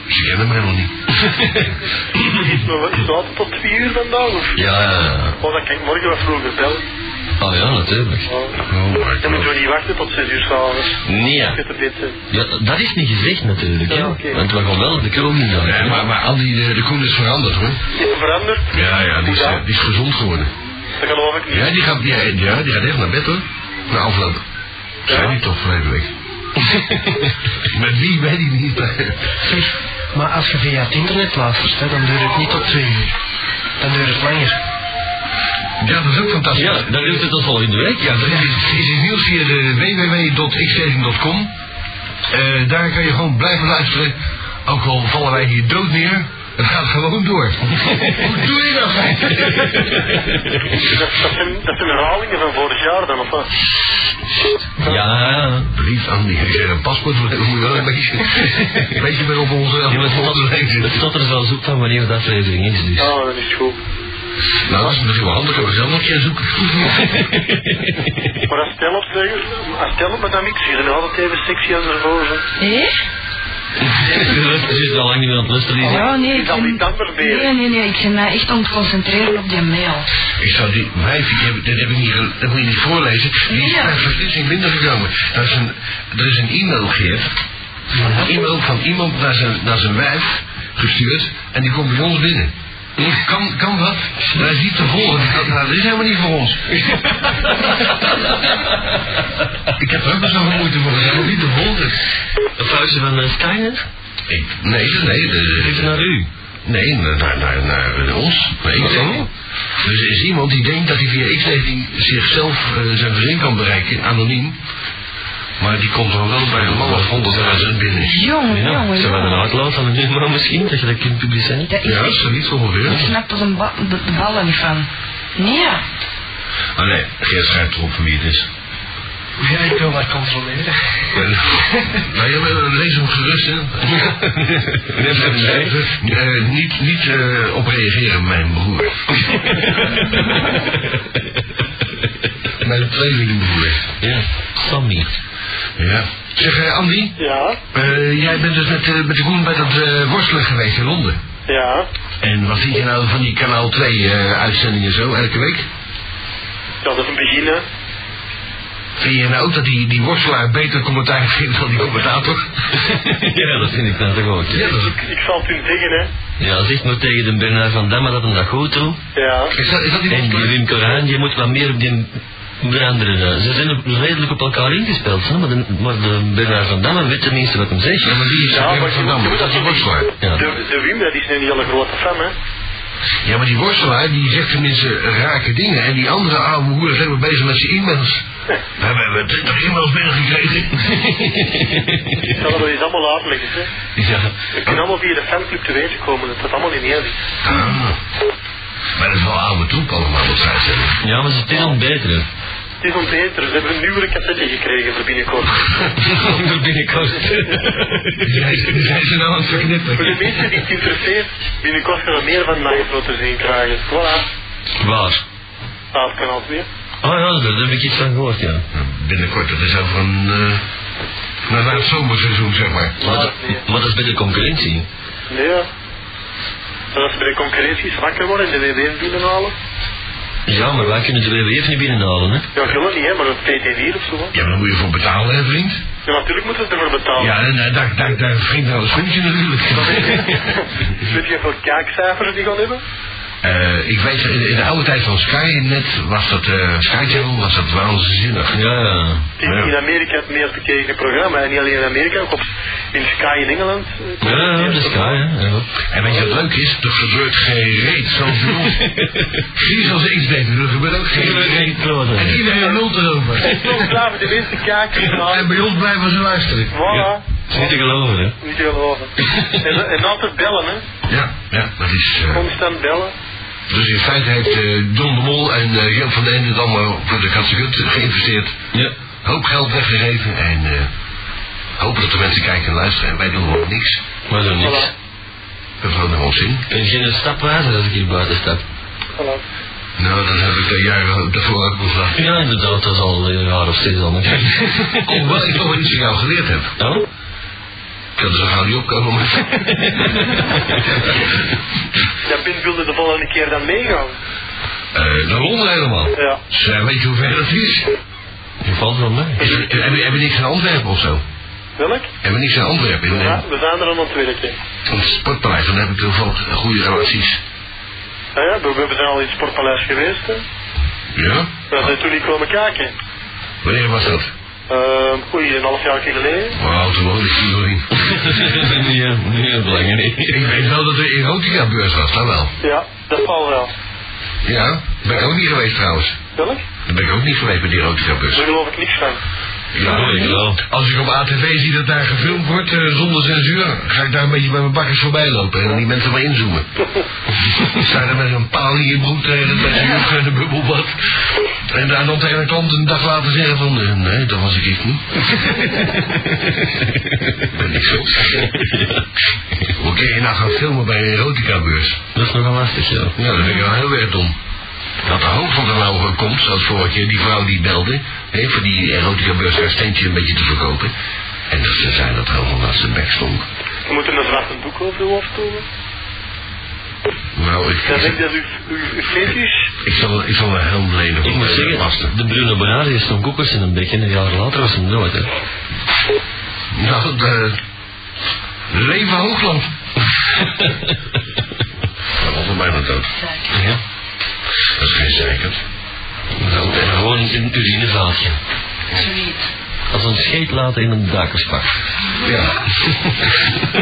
S1: Ze kennen mij nog niet.
S2: Is het nog wel- is het altijd tot 4 uur vandaag? Of?
S7: Ja, ja, ja.
S2: Oh, dan kan ik morgen wat vroeger bellen.
S7: Ah ja, natuurlijk.
S1: Oh my
S2: Dan moeten we niet wachten tot 6 uur s'avonds.
S7: Nee,
S2: Zit er dit, eh,
S7: ja, dat is niet gezegd natuurlijk. hè.
S2: Ja, oké.
S7: Want we gaan wel de kroon in gaan.
S1: Ja, maar, maar al die, eh, de koen is veranderd hoor.
S2: dit veranderd?
S1: Ja, ja, die is, eh, die is gezond geworden.
S2: Dat geloof ik niet.
S1: Ja, die gaat, ja, ja, die gaat echt naar bed hoor. Na afloop. Zijn die toch verleden week? Met wie weet ik niet.
S5: Zeg, maar als je via het internet luistert, hè, dan duurt het niet tot twee uur. Dan duurt het langer.
S1: Ja, dat is ook fantastisch.
S7: Ja, dan duurt het tot volgende week.
S1: Ja, er is, is iets nieuws via de www.xstation.com. Eh, daar kan je gewoon blijven luisteren. Ook al vallen wij hier dood neer. Het gaat gewoon door. Hoe doe je dat?
S2: Dat, dat, zijn, dat zijn herhalingen van vorig jaar dan, of wat?
S7: Ja,
S1: Brief aan die eh, paspoort. want Dan moet je wel een beetje, een beetje meer op onze
S7: Ja, maar het
S1: op onze lijn
S7: het
S1: zitten.
S7: staat er zelfs op van wanneer de aflevering is. Dus.
S2: Oh, dat is goed.
S1: Nou, dat is misschien wel handig. Kunnen we zelf nog een keer zoeken.
S2: Maar als tel op, zeg, als tel op met dat mix hier, dan had het even sexy als ervoor. zeg.
S5: Hé?
S7: Het is al lang niet meer aan het luisteren.
S1: Oh,
S7: die
S5: Ja, nee, ik
S2: Is al die
S5: ben...
S2: tandenbeer.
S5: Nee, nee, nee, ik ben mij echt aan het concentreren op die mail.
S1: Ik zou die wijf, die heb, dat, heb ik niet, gel- dat moet je niet voorlezen. Die is
S5: Ja.
S1: per verslissing binnengekomen. Dat is een, er is een e-mail, Geert. Een e-mail van iemand naar zijn, naar zijn wijf gestuurd. En die komt bij ons binnen. Kan, kan dat? Dat is niet te volgen. Dat, dat is helemaal niet voor ons. ik heb er ook best wel veel moeite voor. Dat is helemaal niet te volgen.
S7: Een pauze van uh, Steiner?
S1: Ik, nee, nee. de-
S7: Even naar u.
S1: Nee, naar, naar, naar, naar ons. Naar X19. Dus er is iemand die denkt dat hij via X19 zichzelf eh, zijn gezin kan bereiken, anoniem. Maar die komt dan wel bij een man of 100.000 binnen.
S5: Jongen, jongen,
S7: Ze hebben een
S5: jongen.
S7: uitlaat aan een maar misschien, dat je dat kunt publiceren.
S5: Dat is
S1: Ja,
S5: echt...
S1: zoiets
S5: Ik
S1: ongeveer.
S5: snap er een ba- de, de ballen niet van. Nee.
S1: Ah nee, Geert schrijft erop van wie het is.
S5: Ja, ik wil dat controleren.
S1: nou, ja, maar lees hem gerust, hè. Eh, niet niet eh, op reageren, mijn broer. mijn tweelingbroer.
S7: Ja, Sammy.
S1: Ja. Zeg, eh, Andy.
S2: Ja,
S1: Eh, jij bent dus met, eh, met de Koen bij dat eh, worstelen geweest in Londen.
S2: ja.
S1: En wat vind je nou van die kanaal 2 eh, uitzendingen zo, elke week?
S2: Dat is een beginnen.
S1: Vind je nou ook dat die, die worstelaar beter commentaar vindt dan die commentator?
S7: ja, dat vind ik nou toch ook. Ja.
S1: ja, dat is,
S2: Ik zal het u zeggen, hè.
S7: ja, zeg maar tegen de Bernard van Damme dat hem dat goed doet.
S2: Ja.
S1: is dat, is dat die
S7: En die Wim Coraan, je moet wat meer op die veranderen. eh, Ze zijn op- redelijk op elkaar ingespeeld, hè? Maar, de, maar de Bernard van Damme weet tenminste wat hem zegt.
S1: Ja, maar die is
S2: Ja,
S1: ja,
S2: maar je
S1: van
S2: moet- je
S1: Damme,
S2: moet
S1: dat is die worstelaar.
S7: Ja.
S2: De, de Wim, dat is een hele grote fan, hè.
S1: Ja, maar die worstelaar die zegt tenminste rake dingen. En die andere oude hoer is helemaal bezig met zijn e-mails. We hebben 20 e-mails binnengekregen.
S2: Ik zal dat eens allemaal uitleggen, hè.
S1: Ja.
S2: Je kunt allemaal via de fanclub te weten komen, dat dat allemaal in heel is.
S1: Ah. Maar dat is wel oude troep allemaal, wat zij zeggen.
S7: ja, maar het is aan het beteren.
S2: Het is ons beter, ze dus hebben een nieuwe cassette gekregen voor binnenkort.
S7: Voor binnenkort.
S1: Zijn ze nou aan het
S2: Voor de
S1: verknippen?
S2: mensen die het interesseert, binnenkort gaan we meer van Nightflow te zien krijgen. Voilà, Ah,
S7: Waar?
S2: staat kanaal 2.
S7: Oh ja, daar heb ik iets van gehoord, ja.
S1: Binnenkort, dat is over een... eh nou, na het zomerseizoen, zeg maar.
S7: Maar, dat- maar dat is bij de concurrentie.
S2: Nee, ja. En als ze bij de concurrenties wakker worden en de WW binnenhalen?
S7: Ja, maar wij kunnen de WWF niet binnenhalen, hè?
S2: Ja, jullie niet, hè, maar een PT4 of zo. hè.
S1: Ja, maar daar moet je voor betalen, hè, vriend?
S2: Ja, natuurlijk moeten ze ervoor
S7: Oh.
S2: betalen.
S1: Ja, en eh, daar, daar, daar vriend aan het schoentje natuurlijk.
S2: Weet je hoeveel kijkcijfers die gaan hebben?
S1: Eh, ik weet, in, in de oude tijd van Skynet was dat... eh Sky Channel was dat waanzinnig.
S7: Ja, ja.
S2: Het is in Amerika het meest bekeken programma. En niet alleen in Amerika, ook op, in Sky in Engeland. eh,
S7: Ja, ja, dat is klaar, hè? Ja.
S1: En weet je wat leuk is? Er gebeurt geen reet zoals bij ons. Precies als ik deed, er gebeurt ook geen reet. En iedereen lult erover.
S2: Toch blijven de mensen kijken.
S1: En
S2: maar-
S1: bij ons blijven ze luisteren.
S2: Voilà,
S7: Het is niet te geloven, hè?
S2: niet geloven. En, en altijd bellen, hè.
S1: Ja, ja, dat is... eh,
S2: Constant bellen.
S1: Dus in feite heeft eh, Don de Mol en eh, Jan van den Ende het allemaal voor de Katsegut geïnvesteerd.
S7: Ja.
S1: Hoop geld weggegeven en eh hopen dat de mensen kijken en luisteren. En wij doen nog niks.
S7: Maar zo niks.
S1: Dat houdt nog ons in.
S7: En geen stap wijzer als ik hier buiten stap.
S2: Voilà.
S1: Nou, dat heb ik de jaren daarvoor ook al gehad.
S7: Ja, inderdaad, dat is al een jaar of zes al. hè.
S1: Oh, wat ik toch wel iets van jou geleerd heb.
S7: Oh?
S1: Ik
S6: dus
S1: kan er zo gauw niet opkomen. maar-
S2: Ja, Ben wilde de volgende keer dan meegaan.
S6: eh, naar Londen helemaal.
S2: Ja.
S6: Dus, eh, weet je hoe ver dat is?
S1: Je valt wel mee.
S6: is er- hebben, hebben we niks aan Antwerpen of zo?
S10: Welk?
S6: Hebben we niks aan Antwerpen? In, eh,
S10: Ja, we zijn er aan het werken.
S6: het sportpaleis, dan heb ik toevallig goede relaties.
S10: Ja, ja, we, we zijn al in het sportpaleis geweest. Hè.
S6: Ja?
S10: We zijn toen niet komen kijken.
S6: Wanneer was dat?
S10: Ehm, oei, een half jaar geleden.
S6: Wauw, toen woonde ik hier nog niet.
S1: Ja, heel belangrijk.
S6: Ik weet wel dat er erotica-beurs was, dat wel.
S10: Ja, dat zal wel.
S6: Ja? Daar ben ik ook niet geweest trouwens.
S10: Welk?
S6: Daar ben ik ook niet geweest bij die erotica-beurs.
S10: Daar geloof ik niks van.
S6: Ja,
S1: ik wel.
S6: Als ik op ATV zie dat daar gefilmd wordt eh, zonder censuur, ga ik daar een beetje bij mijn bakkers voorbij lopen en dan die mensen maar inzoomen. Zijn er met een paal in je broek tegen het met je en de bubbelbad. En daar dan tegen een klant een dag later zeggen van eh, nee, dat was ik echt niet. ben ik zo. Hoe kun je nou gaan filmen bij een erotica-beurs?
S1: Dat is nogal lastig, ja.
S6: Ja, dat vind ik wel heel erg dom. Dat de hoofd van de lauwe komt, zoals vorige keer, die vrouw die belde, hè, voor die erotica beurs haar steentje een beetje te verkopen. En dat ze zei dat hoofd naast zijn bek stond.
S10: Je moet een zwarte doek over je hoofd doen.
S6: Nou, ik,
S10: Dan denk ik
S6: ik,
S10: dat uw, uw, uw fetus...
S6: zal, ik zal een helm lenen.
S1: Ik moet
S7: Eh,
S1: zeggen, de Bruno Bonari is nog koekers in een bek en een jaar later was hem dood, hè.
S6: Nou, de... Leven Hoogland. dat was voor mij nog dood.
S1: Ja.
S6: Dat is geen zeker.
S1: Nou, en gewoon een urinevaaltje. Als een scheet laten in een dakerspak.
S6: Ja.
S2: De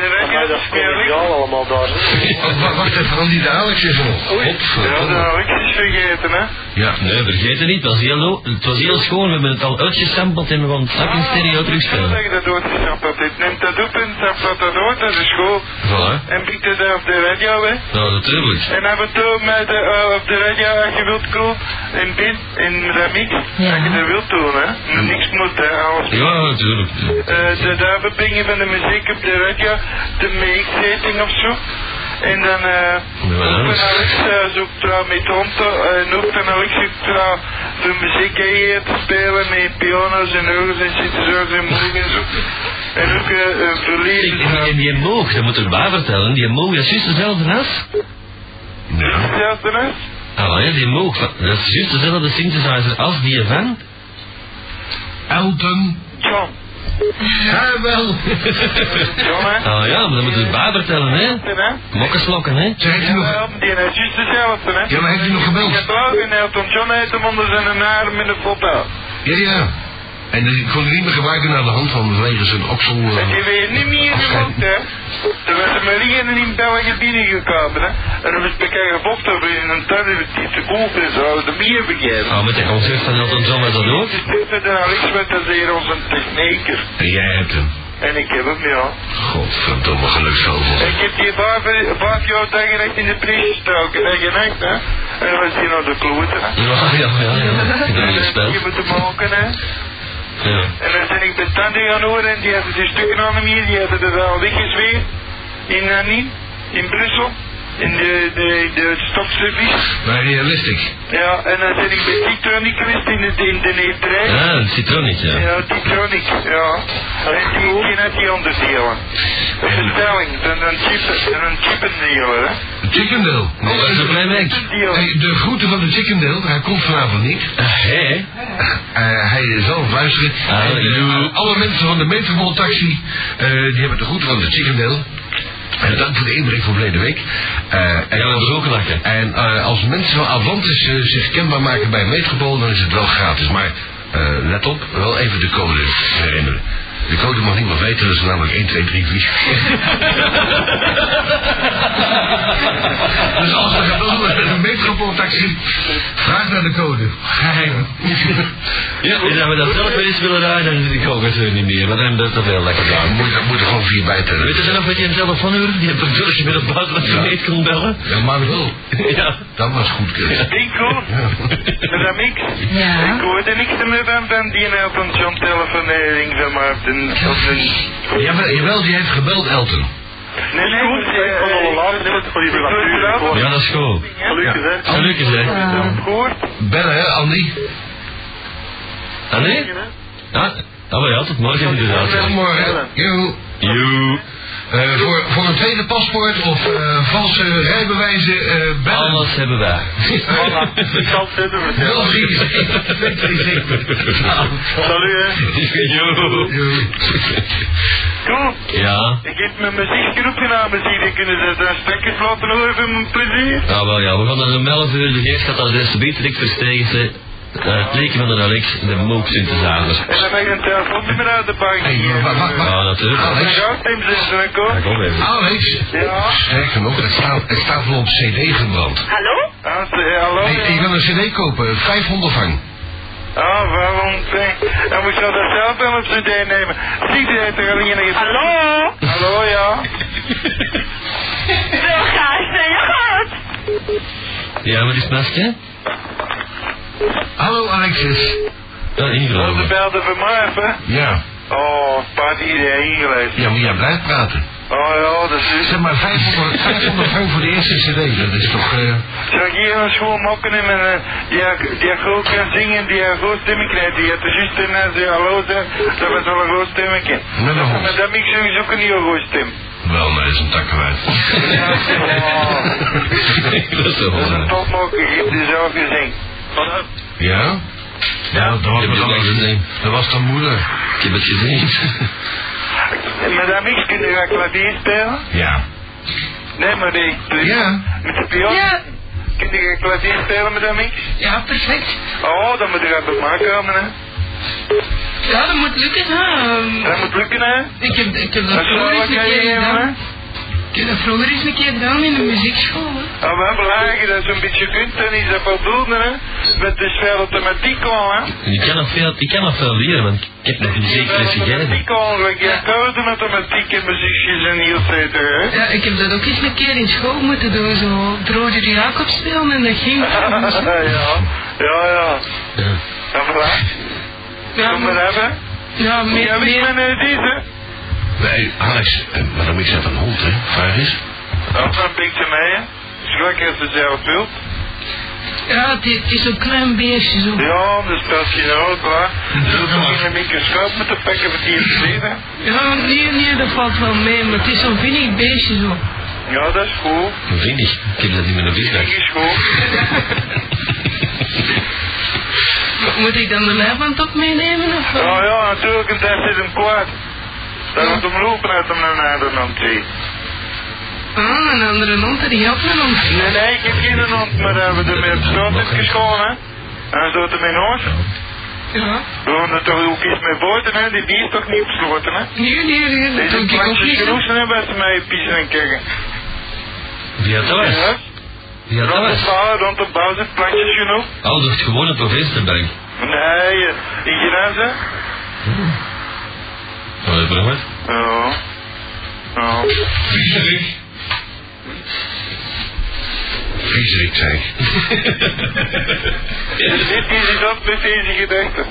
S10: Ja,
S2: regio
S10: dat
S2: is
S10: is
S2: meer weg.
S10: koloniaal allemaal daar. Hè.
S6: Wa- wa- Wacht even, want die de Alex is er nog.
S2: Ja, de
S6: Godverdomme.
S2: Alex is vergeten, hè.
S6: Ja.
S1: Nee, vergeet het niet, het was heel, lo- het was heel schoon. We hebben het al uitgesampeld en we gaan het straks in stereo
S2: Ik wil
S1: terugspelen.
S2: dat je dat doorgestapt hebt. Ik Neem dat op en stap dat dat door naar de school.
S1: Voilà.
S2: En biedt dat af de radio, hè.
S1: Nou, natuurlijk.
S2: En af en toe met de, eh, op de radio, als je wilt, cool. En dit, en remix. Als je dat wilt doen, hè. Niks moet, hè. Alles
S1: Ja, natuurlijk.
S2: Eh, de duivenbingen van de muziek op de radio, de mixsetting of zo. En dan eh
S1: Ja.
S2: Open Alex eh, zoekt trouw met eh, honden en Open Alex zoekt nou trouw de muziek hier te spelen met piano's en orgels en synthesizers en moog en zo. En ook eh eh,
S1: En,
S2: verliezen.
S1: en, en die moog, dat moet erbij vertellen, die moog, dat is juist dezelfde as.
S6: Ja.
S2: Hetzelfde hè?
S1: Ah, ja, die moog, dat is juist dezelfde synthesizer als die van.
S6: Elton.
S2: John.
S6: Ja, wel.
S2: John hè?
S1: Ah ja, maar dat moet erbij vertellen, hè.
S2: En, hè?
S1: Mokken slokken, hè.
S6: Ze heeft u nog...
S2: Ja, die is juist dezelfde hè?
S6: Ja, maar heeft u nog
S2: Ik heb
S6: gebeld?
S2: ook een Elton John heet hem onder zijn arm in de foto.
S6: Ja, ja. En ik kon het niet meer gebruiken naar de hand van vanwege zijn oksel. eh,
S2: En die weet niet meer in de mond, hè. Er was een marine in België binnengekomen, hè. Er was bekend gevochten over in een tuin die te boven is, hadden de meer begeven.
S1: Ah, met dat concert van Elton John was dat ook.
S2: Dus dit met een Alex met dat is hier onze technieker.
S6: En jij hebt hem.
S2: En ik heb hem, ja.
S6: Godverdomme geluksvogel.
S2: Ik heb die vijf- vijf jaar tegen echt in de prijs gestoken, tegen echt, hè. En dan was hij naar de kloten, hè.
S1: Ja, ja, ja, ja. Ik heb
S2: En
S1: het
S2: dan
S1: gespeeld.
S2: heb ik te maken, hè.
S1: Ja.
S2: En dan ben ik de tanden gaan horen en die hadden die stukken aan hem hier, die hadden dat al weggezweerd. In Nanin, in Brussel, in de, de, de stopservice.
S6: Maar realistisch.
S2: Ja, en dan ben ik bij Titronic geweest in de, in de E3.
S1: Ah, een citronic, ja.
S2: Ja, Titronic, ja. En die die had die onderdelen. Een vertelling, dan een chip, dan een chippendelen, hè.
S6: Chickendale.
S1: Maar Oh, dat is een blij mens.
S2: Chippendelen.
S1: Eh,
S6: Hey, de groeten van de Chickendale, hij komt vanavond niet.
S1: Ah, Hé,
S6: Eh, hij zal luisteren.
S1: Ah,
S6: En, eh,
S1: Hallo.
S6: alle mensen van de Metropool Taxi, eh, die hebben de groeten van de Chickendale. En dank voor de inbreng van verleden week. Eh, en
S1: Ja, dat is ook lachen.
S6: En eh, als mensen van Atlantis eh, zich kenbaar maken bij Metropool, dan is het wel gratis. Maar eh, let op, wel even de code herinneren. De code mag niemand weten, dat is namelijk 1, 2, 3, 4. dus als er gebeld wordt met een metropooltaxi, vraag naar de code. Geheim.
S1: Ja, en dat we dat zelf weer eens willen rijden, dan zit ik ook eens weer niet meer. Want dan hebben we dat te veel lekker gedaan.
S6: Ja, moet, er- moet er gewoon vier bij tellen.
S1: Weet je zelf met die telefoonuur? Die hebt toch door als je met op buitenland vermeet kon bellen?
S6: Ja, maar wel.
S1: Ja.
S6: Dat was goed, Chris.
S2: Dinko, met dat mix. Ik
S5: Ja.
S2: hoorde niks meer van, van die Elton John telefonering van Maarten. Of een-
S6: Jawel, jawel, die heeft gebeld, Elton.
S2: Nee, nee, goed.
S10: Ik kon al een laatste minuut voor die verlatuur. Ik hoor
S1: Ja, dat is cool.
S10: gelukkig, hè.
S1: Gelukkig, hè.
S5: eh,
S2: Gehoord?
S6: Bellen, hè, Andy?
S1: Ah, nee? Ah, ah, maar ja, tot morgen inderdaad.
S2: eh,
S6: Goedemorgen.
S10: Ellen.
S6: Joe.
S1: You.
S6: Eh, voor, voor een tweede paspoort of eh, valse rijbewijzen eh bellen.
S1: Alles hebben wij.
S10: Voilà, ik zal het verder vertellen.
S6: 037.
S10: Salut, hè.
S1: Yo.
S2: Kom,
S1: Ja.
S2: ik heb mijn muziekgroepje aan mijn zin kunnen zetten. En stekkers laten nog even mijn plezier.
S1: Ah, wel ja, we gaan er om 11 uur. De geest gaat daar deze beat direct verstegen. ze. Eh, het leken van de Alex, de Moog synthesizer.
S2: En dan heb ik een telefoonnummer uit de bank. Eh,
S6: Hey, wacht, wacht, wacht.
S1: Ja, natuurlijk.
S2: En
S6: Alex,
S2: jouw team zit er,
S1: Ja,
S2: hoor.
S1: kom even.
S6: Alex.
S2: Ja.
S6: Sterker nog, het staat, het staat voor ons cd gebrand.
S5: Hallo?
S2: Ah, ze- eh, hallo.
S6: Hey, ik wil een cd kopen, 500 van.
S2: Ah, waarom? eh, Dan moet je dat zelf wel op zijn deen nemen. Ziet u het er alleen nog eens?
S5: Hallo?
S2: Hallo, ja.
S5: Zo graag ben je goed.
S1: Ja, wat is het masker?
S6: Hallo Alexis.
S1: Ja,
S2: Dat de
S1: ingeladen.
S2: belde van mij, hè?
S6: Ja,
S2: Oh, paard iedereen ingelezen.
S6: ja maar jij blijft praten.
S2: Oh ja, dat is...
S6: Zeg maar 500, 500 frank voor de eerste cd, dat is toch... eh,
S2: Zou ik hier een schoon mokken in mijn... eh, Die, ik- die ik goed kan zingen, die een goed stemmen krijgt. Die had er juist een eh, zei hallo zei, dat was al een goed stemmen.
S6: Met een hond.
S2: Maar dat heb ik sowieso ook niet een goed stem.
S6: Wel, nee, is een tak kwijt.
S2: Ja, oh,
S1: Dat is
S2: dat is een
S1: wel
S2: topmokken, ik heb dus die zelf gezien.
S6: Ja? Ja, dat was,
S1: Ik heb
S6: me
S1: het
S6: dan-
S1: al gezien.
S6: dat was dan moeder.
S1: Ik heb het gezien.
S2: Met dat mix kun je klavier spelen?
S6: Ja.
S2: Nee, maar die... die-
S6: Ja.
S2: Met de pion?
S5: Ja.
S2: Kun je klavier spelen met dat mix?
S5: Ja, perfect.
S2: Oh, dan moet je bij mij komen, hè.
S5: Ja, dat moet lukken, hè. Ehm,
S2: Dat moet lukken, hè.
S5: Ik heb, ik heb dat
S2: Dat is
S5: vroeger
S2: wel
S5: eens
S2: wat
S5: een
S2: jij
S5: keer
S2: gegeven, hè.
S5: gedaan. Ik heb dat vroeger eens een keer gedaan in de muziekschool. hè.
S2: Nou, we hebben lager dat zo'n beetje kunt, dan is dat voldoende, hè? Met de veel automatiek al, hè?
S1: Ik kan nog veel, ik kan nog veel leren, want ik heb nog een zekere gegeven.
S2: Automatiek al, like, ja, koude automatiek en muziekjes en heel verder, hè?
S5: Ja, ik heb dat ook eens een keer in school moeten doen, zo Broeder Jacob spelen en dat ging.
S2: ja, ja, ja.
S1: Ja.
S2: Dat voilà.
S5: Ja,
S2: Kom maar
S5: maar,
S2: hebben.
S5: ja,
S2: Ja,
S5: Ah. meer,
S2: wie
S5: meer,
S2: ben je deze?
S6: Nee, Alex, eh, maar dan moet je zelf een hond, hè? Vraag eens.
S2: Dat is een beetje mee, hè? Is Gelukkig als ze zelf wilt.
S5: ja, het is- het is een klein beestje zo.
S2: Ja, dus dat speelt geen rood, waar. Ze moet nog in een microscoop moeten pakken voor die geleden.
S5: Ja, nee, nee, dat valt wel mee, maar het is zo'n vinnig beestje zo.
S2: Ja, dat is goed.
S1: Vind ik. Ik heb dat niet met een
S2: Dat
S1: visdag.
S2: is goed.
S5: Mo- Moet ik dan de leiband op meenemen of wat?
S2: Ja, ja, natuurlijk, en daar zit hem kwaad. Daar moet hem lopen uit hem naar naar de hond zien.
S5: Ah, een andere hond, die helpt me nog.
S2: Nee, nee, ik heb geen hond, maar eh, we hebben hem op straat uitgeschoren, hè. En zo hem in huis.
S5: Ja.
S2: We gaan er toch ook iets mee buiten, hè. Die dier is toch niet besloten, hè.
S5: Nee, nee, nee, dat
S2: Deze
S5: doe ik ook
S2: plantjes
S5: niet. hè.
S2: groezen hebben ze mij pissen en kijken.
S1: Wie had dat was?
S2: Ja,
S1: Wie had dat
S2: rond de
S1: was?
S2: paal, rond de bouw zijn plantjes genoeg.
S1: Oh, dat is gewoon een provinciebank.
S2: Nee, eh, in Grenzen.
S1: Oh, dat is
S2: Ja. Ja.
S6: Viezerik. Viezerik, zei ik.
S2: Dit is dat met deze gedachten.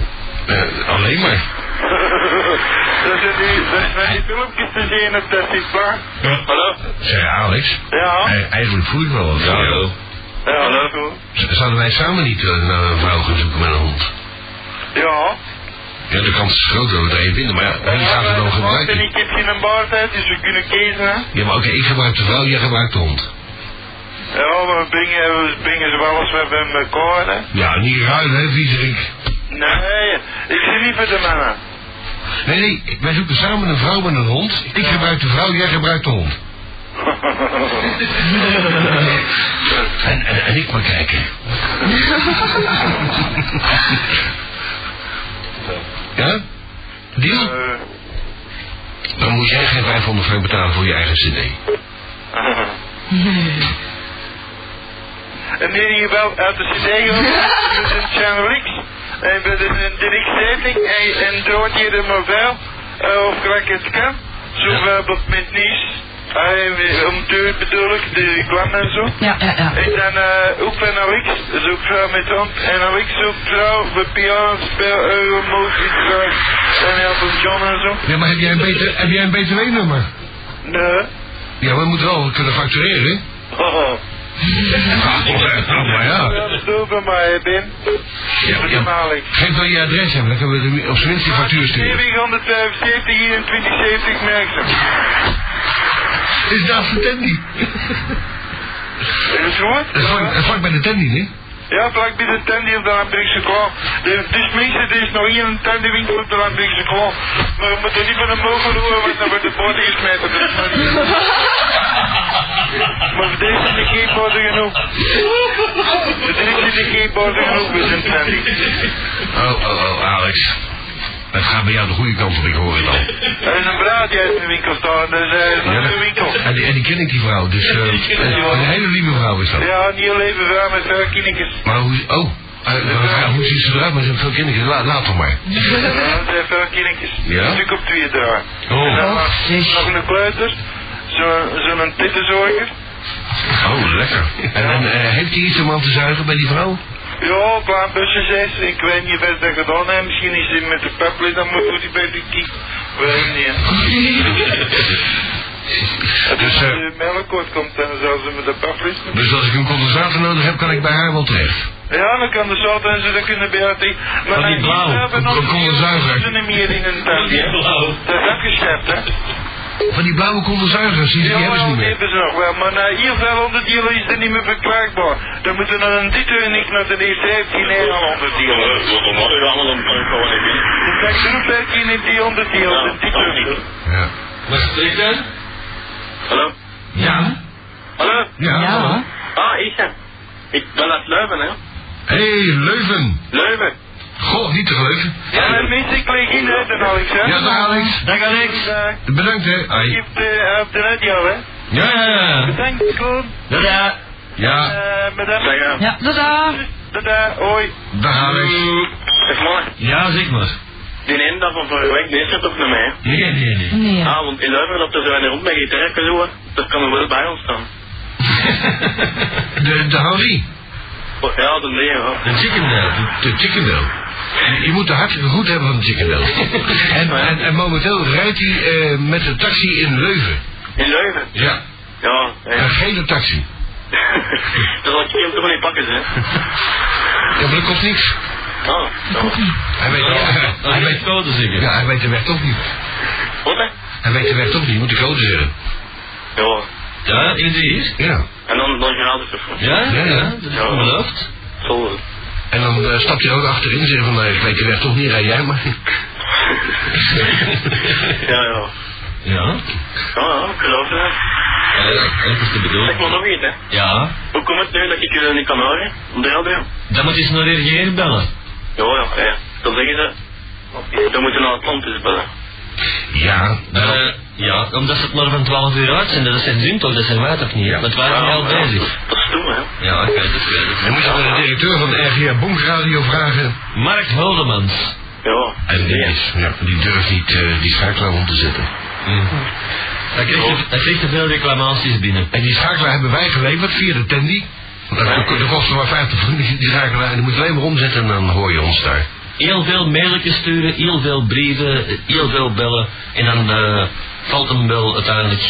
S6: Eh, alleen maar.
S2: dat zijn die, dat zijn die filmpjes te zien op dat is waar. Hallo?
S6: Zeg, Alex,
S2: Ja.
S6: eh, eigenlijk voel ik wel wat.
S1: Ja, wel.
S2: Ja, hallo. goed.
S6: Z- Zouden wij samen niet eh, naar een vrouw gaan zoeken met een hond?
S2: Ja.
S6: Ja, de kans is groot dat we het één vinden, maar ja, wie gaat het dan
S2: En
S6: gebruiken?
S2: ik heb geen baard uit, dus we kunnen kiezen. hè.
S6: Ja, maar oké, ik gebruik de vrouw, jij gebruikt de hond.
S2: Ja, we brengen, we brengen ze wel eens weer bij elkaar, hè.
S6: Ja, niet ruilen, hè, Viezerik.
S2: Nee, ik zie niet voor de mannen.
S6: Nee, nee, wij zoeken samen een vrouw met een hond. Ik gebruik de vrouw, jij gebruikt de hond. En, en, en ik maar kijken. ja? Deal?
S2: Eh,
S6: Dan moet jij geen 500 frank betalen voor je eigen cd.
S2: En die hier wel uit de CD gehoord, dus een Channel X. En bij de een direct zetting en, en doort hier de mobiel, eh, of gelijk het kan. Zo bijvoorbeeld met nieuws, eh, om deur bedoel ik, de kwam en zo.
S5: Ja, ja, ja.
S2: En dan eh, ook van Alex, zoek vrouw met hand. En Alex zoekt vrouw, we piano speel, eh, Euromotion, en Elton John en zo.
S6: Ja, maar heb jij een, BT heb jij een btw-nummer?
S2: Nee.
S6: Ja, we moeten wel kunnen factureren.
S2: Oh,
S6: Ja, maar ja.
S2: Ja, dat doe bij mij, Bim.
S6: Ja, ja. Geef wel je adres hebben, dan kunnen we de- op zijn minst die factuur sturen.
S2: 775 hier in 2070 Merksem.
S6: Is dat de Tandy?
S2: Is het goed?
S6: Dat is vlak- dat is vlak bij de Tandy, hè?
S2: Ja, vlak bij de tandy op de Lambrikse Kloof. Er- Dus mensen, er is nog hier een tandywinkel op de Lambrikse Kloof. Maar we moeten niet van de mogen roeren, want dan wordt de boot gesmeten. Dat is maar niet. Maar voor deze zijn de geepboten genoeg. Voor deze zijn de geepboten genoeg, we zijn tandy.
S6: Oh, oh, oh, Alex. Dat gaat bij jou de goede kant op, ik hoor het al.
S2: Er is een braad die uit de winkel staat, dus hij is nog een winkel.
S6: En die, en die ken ik, die vrouw. Dus eh, een hele lieve vrouw is dat.
S2: Ja, een heel leven vrouw met vijf kindertjes.
S6: Maar hoe... Oh. eh, eh, hoe ziet ze eruit? Maar ze heeft veel kinderen. La, laat hem maar.
S2: Ja, ze heeft vijf kindertjes.
S6: Ja?
S2: Een stuk op twee draaien.
S6: Oh.
S2: En dan nog, nog een kleuter, zo'n zo een tittenzorger.
S6: Oh, lekker. En, en eh, heeft hij iets om aan te zuigen bij die vrouw?
S2: Ja, klein busjes is. Ik weet niet wat dat gedaan heeft. Misschien is hij met de papel dan moet hij bij de kiek. Weet niet. Het is
S6: eh,
S2: de melkkoord komt en zelfs met de papel.
S6: Dus als ik een condensator nodig heb, kan ik bij haar wel terecht.
S2: Ja, dan kan de zout en ze dan kunnen bij Maar
S6: Van die
S2: hij
S6: blauw,
S2: hebben
S6: een kondenzuiger.
S2: ze niet meer in een tuin. Dat is afgeschept, hè.
S6: Van die blauwe condensazuigers, die, die
S2: Ja,
S6: hebben ze
S2: wel,
S6: niet meer.
S2: hebben ze nog wel, maar na hier 500 deel is er niet meer verkrijgbaar. Dan moeten we een dit en ik naar de eerste heeft geen 100 deel.
S10: Wat is allemaal een punt van
S2: De taxgroep heeft geen 300 deel, de dit
S6: Ja.
S1: Wat spreekt dan?
S10: Hallo?
S6: Ja?
S10: Hallo?
S6: Ja.
S10: Ah, ik ben. Ik ben uit Leuven, hè?
S6: Hé, hey, Leuven.
S10: Leuven.
S6: Goh, niet te geloven.
S2: Ja, mijn mensen, ik lig in hè, dan Alex, hè?
S6: Ja, dag Alex.
S1: Dag Alex.
S2: Dag.
S6: Bedankt, hè.
S2: Je
S6: Ai.
S2: hebt eh, op de radio, hè?
S6: Ja, ja, ja.
S2: Bedankt, Koen.
S1: Tada.
S6: Ja,
S2: Eh, bedankt.
S5: Ja, tada.
S2: Tada, hoi.
S6: dag Alex.
S10: Zeg maar,
S1: Ja, zeg maar.
S10: die neemt dat van vorige week, die zit op naar mij.
S1: Nee, nee, nee.
S5: Nee.
S10: Ah, want in Leuven loopt er zo een rond met gitaar zo. Dat kan er wel bij ons staan.
S6: De, de Harry.
S10: Oh, Ja, dat nee, hoor.
S1: Een chicken nail.
S6: De Chicken Del. Je moet de hartstikke goed hebben van de Chicken Del. En, en, en momenteel rijdt hij eh, met de taxi in Leuven.
S10: In Leuven?
S6: Ja.
S10: Ja,
S6: Een
S10: ja.
S6: gele taxi.
S10: dat zal ik heel te van die pakken, hè?
S6: Ja, maar dat kost niks.
S10: Ah, ja.
S6: Hij weet,
S1: Dat
S6: hij
S1: is
S6: weet,
S1: foto zeggen.
S6: ja, hij weet de weg toch niet.
S10: Wat, hè?
S6: Hij weet de weg toch niet, moet ik code zeggen.
S10: Ja.
S1: Ja, is die hier?
S6: Ja.
S10: En dan, dan gratis of
S1: Ja, ja,
S6: Ja, ja.
S1: dat is onbeloofd.
S10: zo. eh,
S6: En dan eh, stapt hij ook achterin en zegt van, nou, ik weet de weg toch niet, rij jij maar.
S10: Ja, ja.
S1: Ja.
S10: Ja, ja, ik geloof het. hè.
S1: Eh, Dat is de
S10: Zeg maar
S1: bedoeling.
S10: nog iets, hè.
S1: Ja.
S10: Hoe komt het nu dat ik jullie niet kan horen? Op de radio?
S1: Dan moet je eens naar RGR bellen.
S10: Ja, ja, ja. Dan zeggen ze, dan moeten we naar het land eens bellen.
S6: Ja.
S1: Eh, ja, omdat ze het maar van 12 uur uit zijn. Dat zijn hun toch, dat zijn wij toch niet. Want wij zijn al
S10: ja, ja,
S1: bezig.
S10: Dat is toen, hè.
S1: Ja, ik weet het, ik weet
S6: Dan
S1: het.
S6: moet je aan de directeur van RGR Bonkradio vragen.
S1: Mark Holdemans.
S10: Ja.
S6: En die is, ja, die durft niet eh, die schakelaar om te zetten.
S1: Hij krijgt, te- hij krijgt te veel reclamaties binnen.
S6: En die schakelaar hebben wij geleverd via de Tandy. Want dat, dat kostte maar 50 van die die schakelaar. En die moet je alleen maar omzetten en dan hoor je ons daar.
S1: Heel veel mailtjes sturen, heel veel brieven, eh, heel veel bellen. En dan eh, valt hem wel uiteindelijk.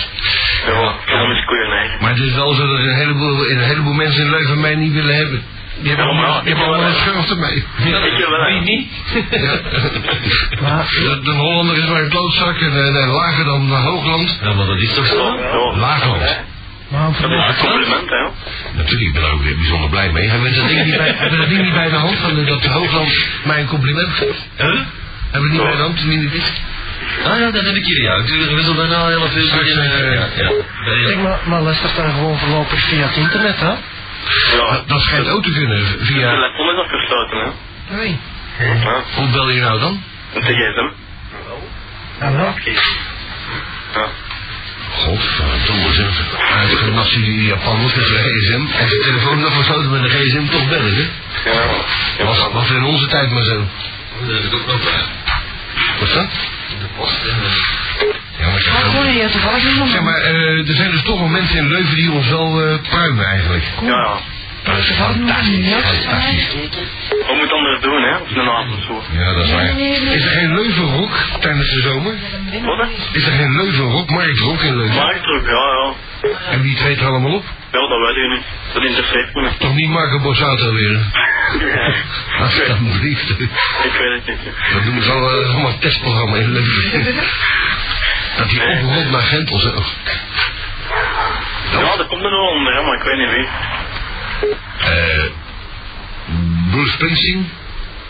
S10: Ja, ik kan hem eens koeien, hè.
S6: Maar het is wel zo dat een heleboel, een heleboel mensen in Leuven mij niet willen hebben. Die hebben
S10: Ja, maar
S6: allemaal,
S10: ja,
S6: die
S10: ik
S6: hebben
S10: wil
S6: allemaal een
S10: wel.
S6: schurft ermee.
S10: Ik wil wel.
S1: Wie niet?
S6: De, de Hollander is maar een klootzak en eh, nee, lager dan eh, Hoogland.
S1: Ja, maar dat is toch zo?
S10: Ja.
S6: Laagland.
S9: Maar
S10: Dat is een compliment, hè.
S6: Natuurlijk, ik ben er ook weer bijzonder blij mee. Hebben we dat ding niet bij, hebben we dat ding niet bij de hand van de- dat de Hoogland mij een compliment geeft?
S1: Huh?
S6: Hebben we het niet bij de hand, niet dit?
S1: Ah ja, dat heb ik hier, ja. Ik doe- wissel daarna heel veel
S6: Straks,
S1: in, eh,
S6: eh,
S1: ja, ja.
S9: Zeg
S1: Bij-
S9: maar, maar luistert dan gewoon voorlopig via het internet, hè?
S10: Ja.
S6: Dat- Dat schijnt ook te kunnen
S10: De
S6: via...
S10: telefoon is afgesloten, hè.
S9: Hoi.
S10: Ja.
S6: Hoe bel je nou dan?
S10: Een TGSM.
S9: Hallo.
S10: Ja.
S6: Godverdomme zeg. Uitgenast die Japanners met zijn gsm. En zijn telefoon nog gesloten met een gsm toch bellen, hè?
S10: Ja.
S6: Was, was in onze tijd maar zo.
S1: Oh, Dat heb ik ook nog bij.
S6: Wat is dat?
S1: De post en... eh,
S6: Ja, maar ik heb
S5: Maar
S6: wel-
S5: gewoon hier toevallig een
S6: Zeg
S5: nummer.
S6: maar, eh, er zijn dus toch wel mensen in Leuven die ons wel eh, pruimen eigenlijk.
S10: Ja, ja.
S6: Dat is fantastisch. Fantastisch.
S2: Wat moet anders doen, hè? Op een avond zo.
S6: Ja, dat is waar. Is er geen Leuvenrock tijdens de zomer?
S2: Wat? hè?
S6: Is er geen Leuvenrock, Marktrock in Leuven?
S2: Marktdruk, ja, ja.
S6: En wie treedt er allemaal op?
S2: Wel, dat weet ik niet. Dat interesseert me niet.
S6: Toch niet Marco Borsato weer? Ah, Alsjeblieft.
S2: Ik weet het niet.
S6: Dat doen ze al eh, allemaal een testprogramma in Leuven. Dat die oprolt naar Gentel zo.
S2: Ja, dat komt er nog onder, hè, maar ik weet niet wie.
S6: Eh Bruce Springsteen?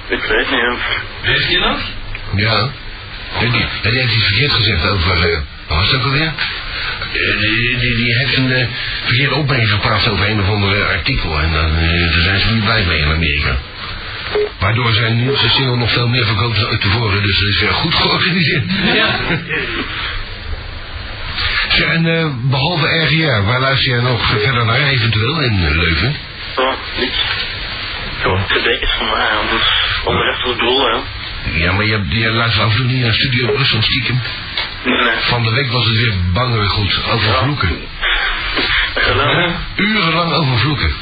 S2: Ik weet niet, hè.
S1: Weet je nog?
S6: Ja. En die, en die heeft iets verkeerd gezegd over... eh, wat was dat ook alweer? Eh, Die, die, die heeft een eh, verkeerde opmerking geplaatst over een of ander artikel. En dan, eh, daar zijn ze niet blij mee in Amerika. Waardoor zijn nieuwste single nog veel meer verkoopt dan uit tevoren. Dus dat is weer goed georganiseerd.
S1: Ja.
S6: Zeg, en eh, behalve RGR, waar luister jij nog verder naar eventueel in eh, Leuven?
S2: Ja, niks. Gewoon te dekens van mij, hè. Dus, om de rest was doel, hè.
S6: Ja, maar je, je luistert af en toe niet naar Studio Brussel stiekem.
S2: Nee.
S6: Van de week was het weer bangerig goed over vloeken. Urenlang over vloeken.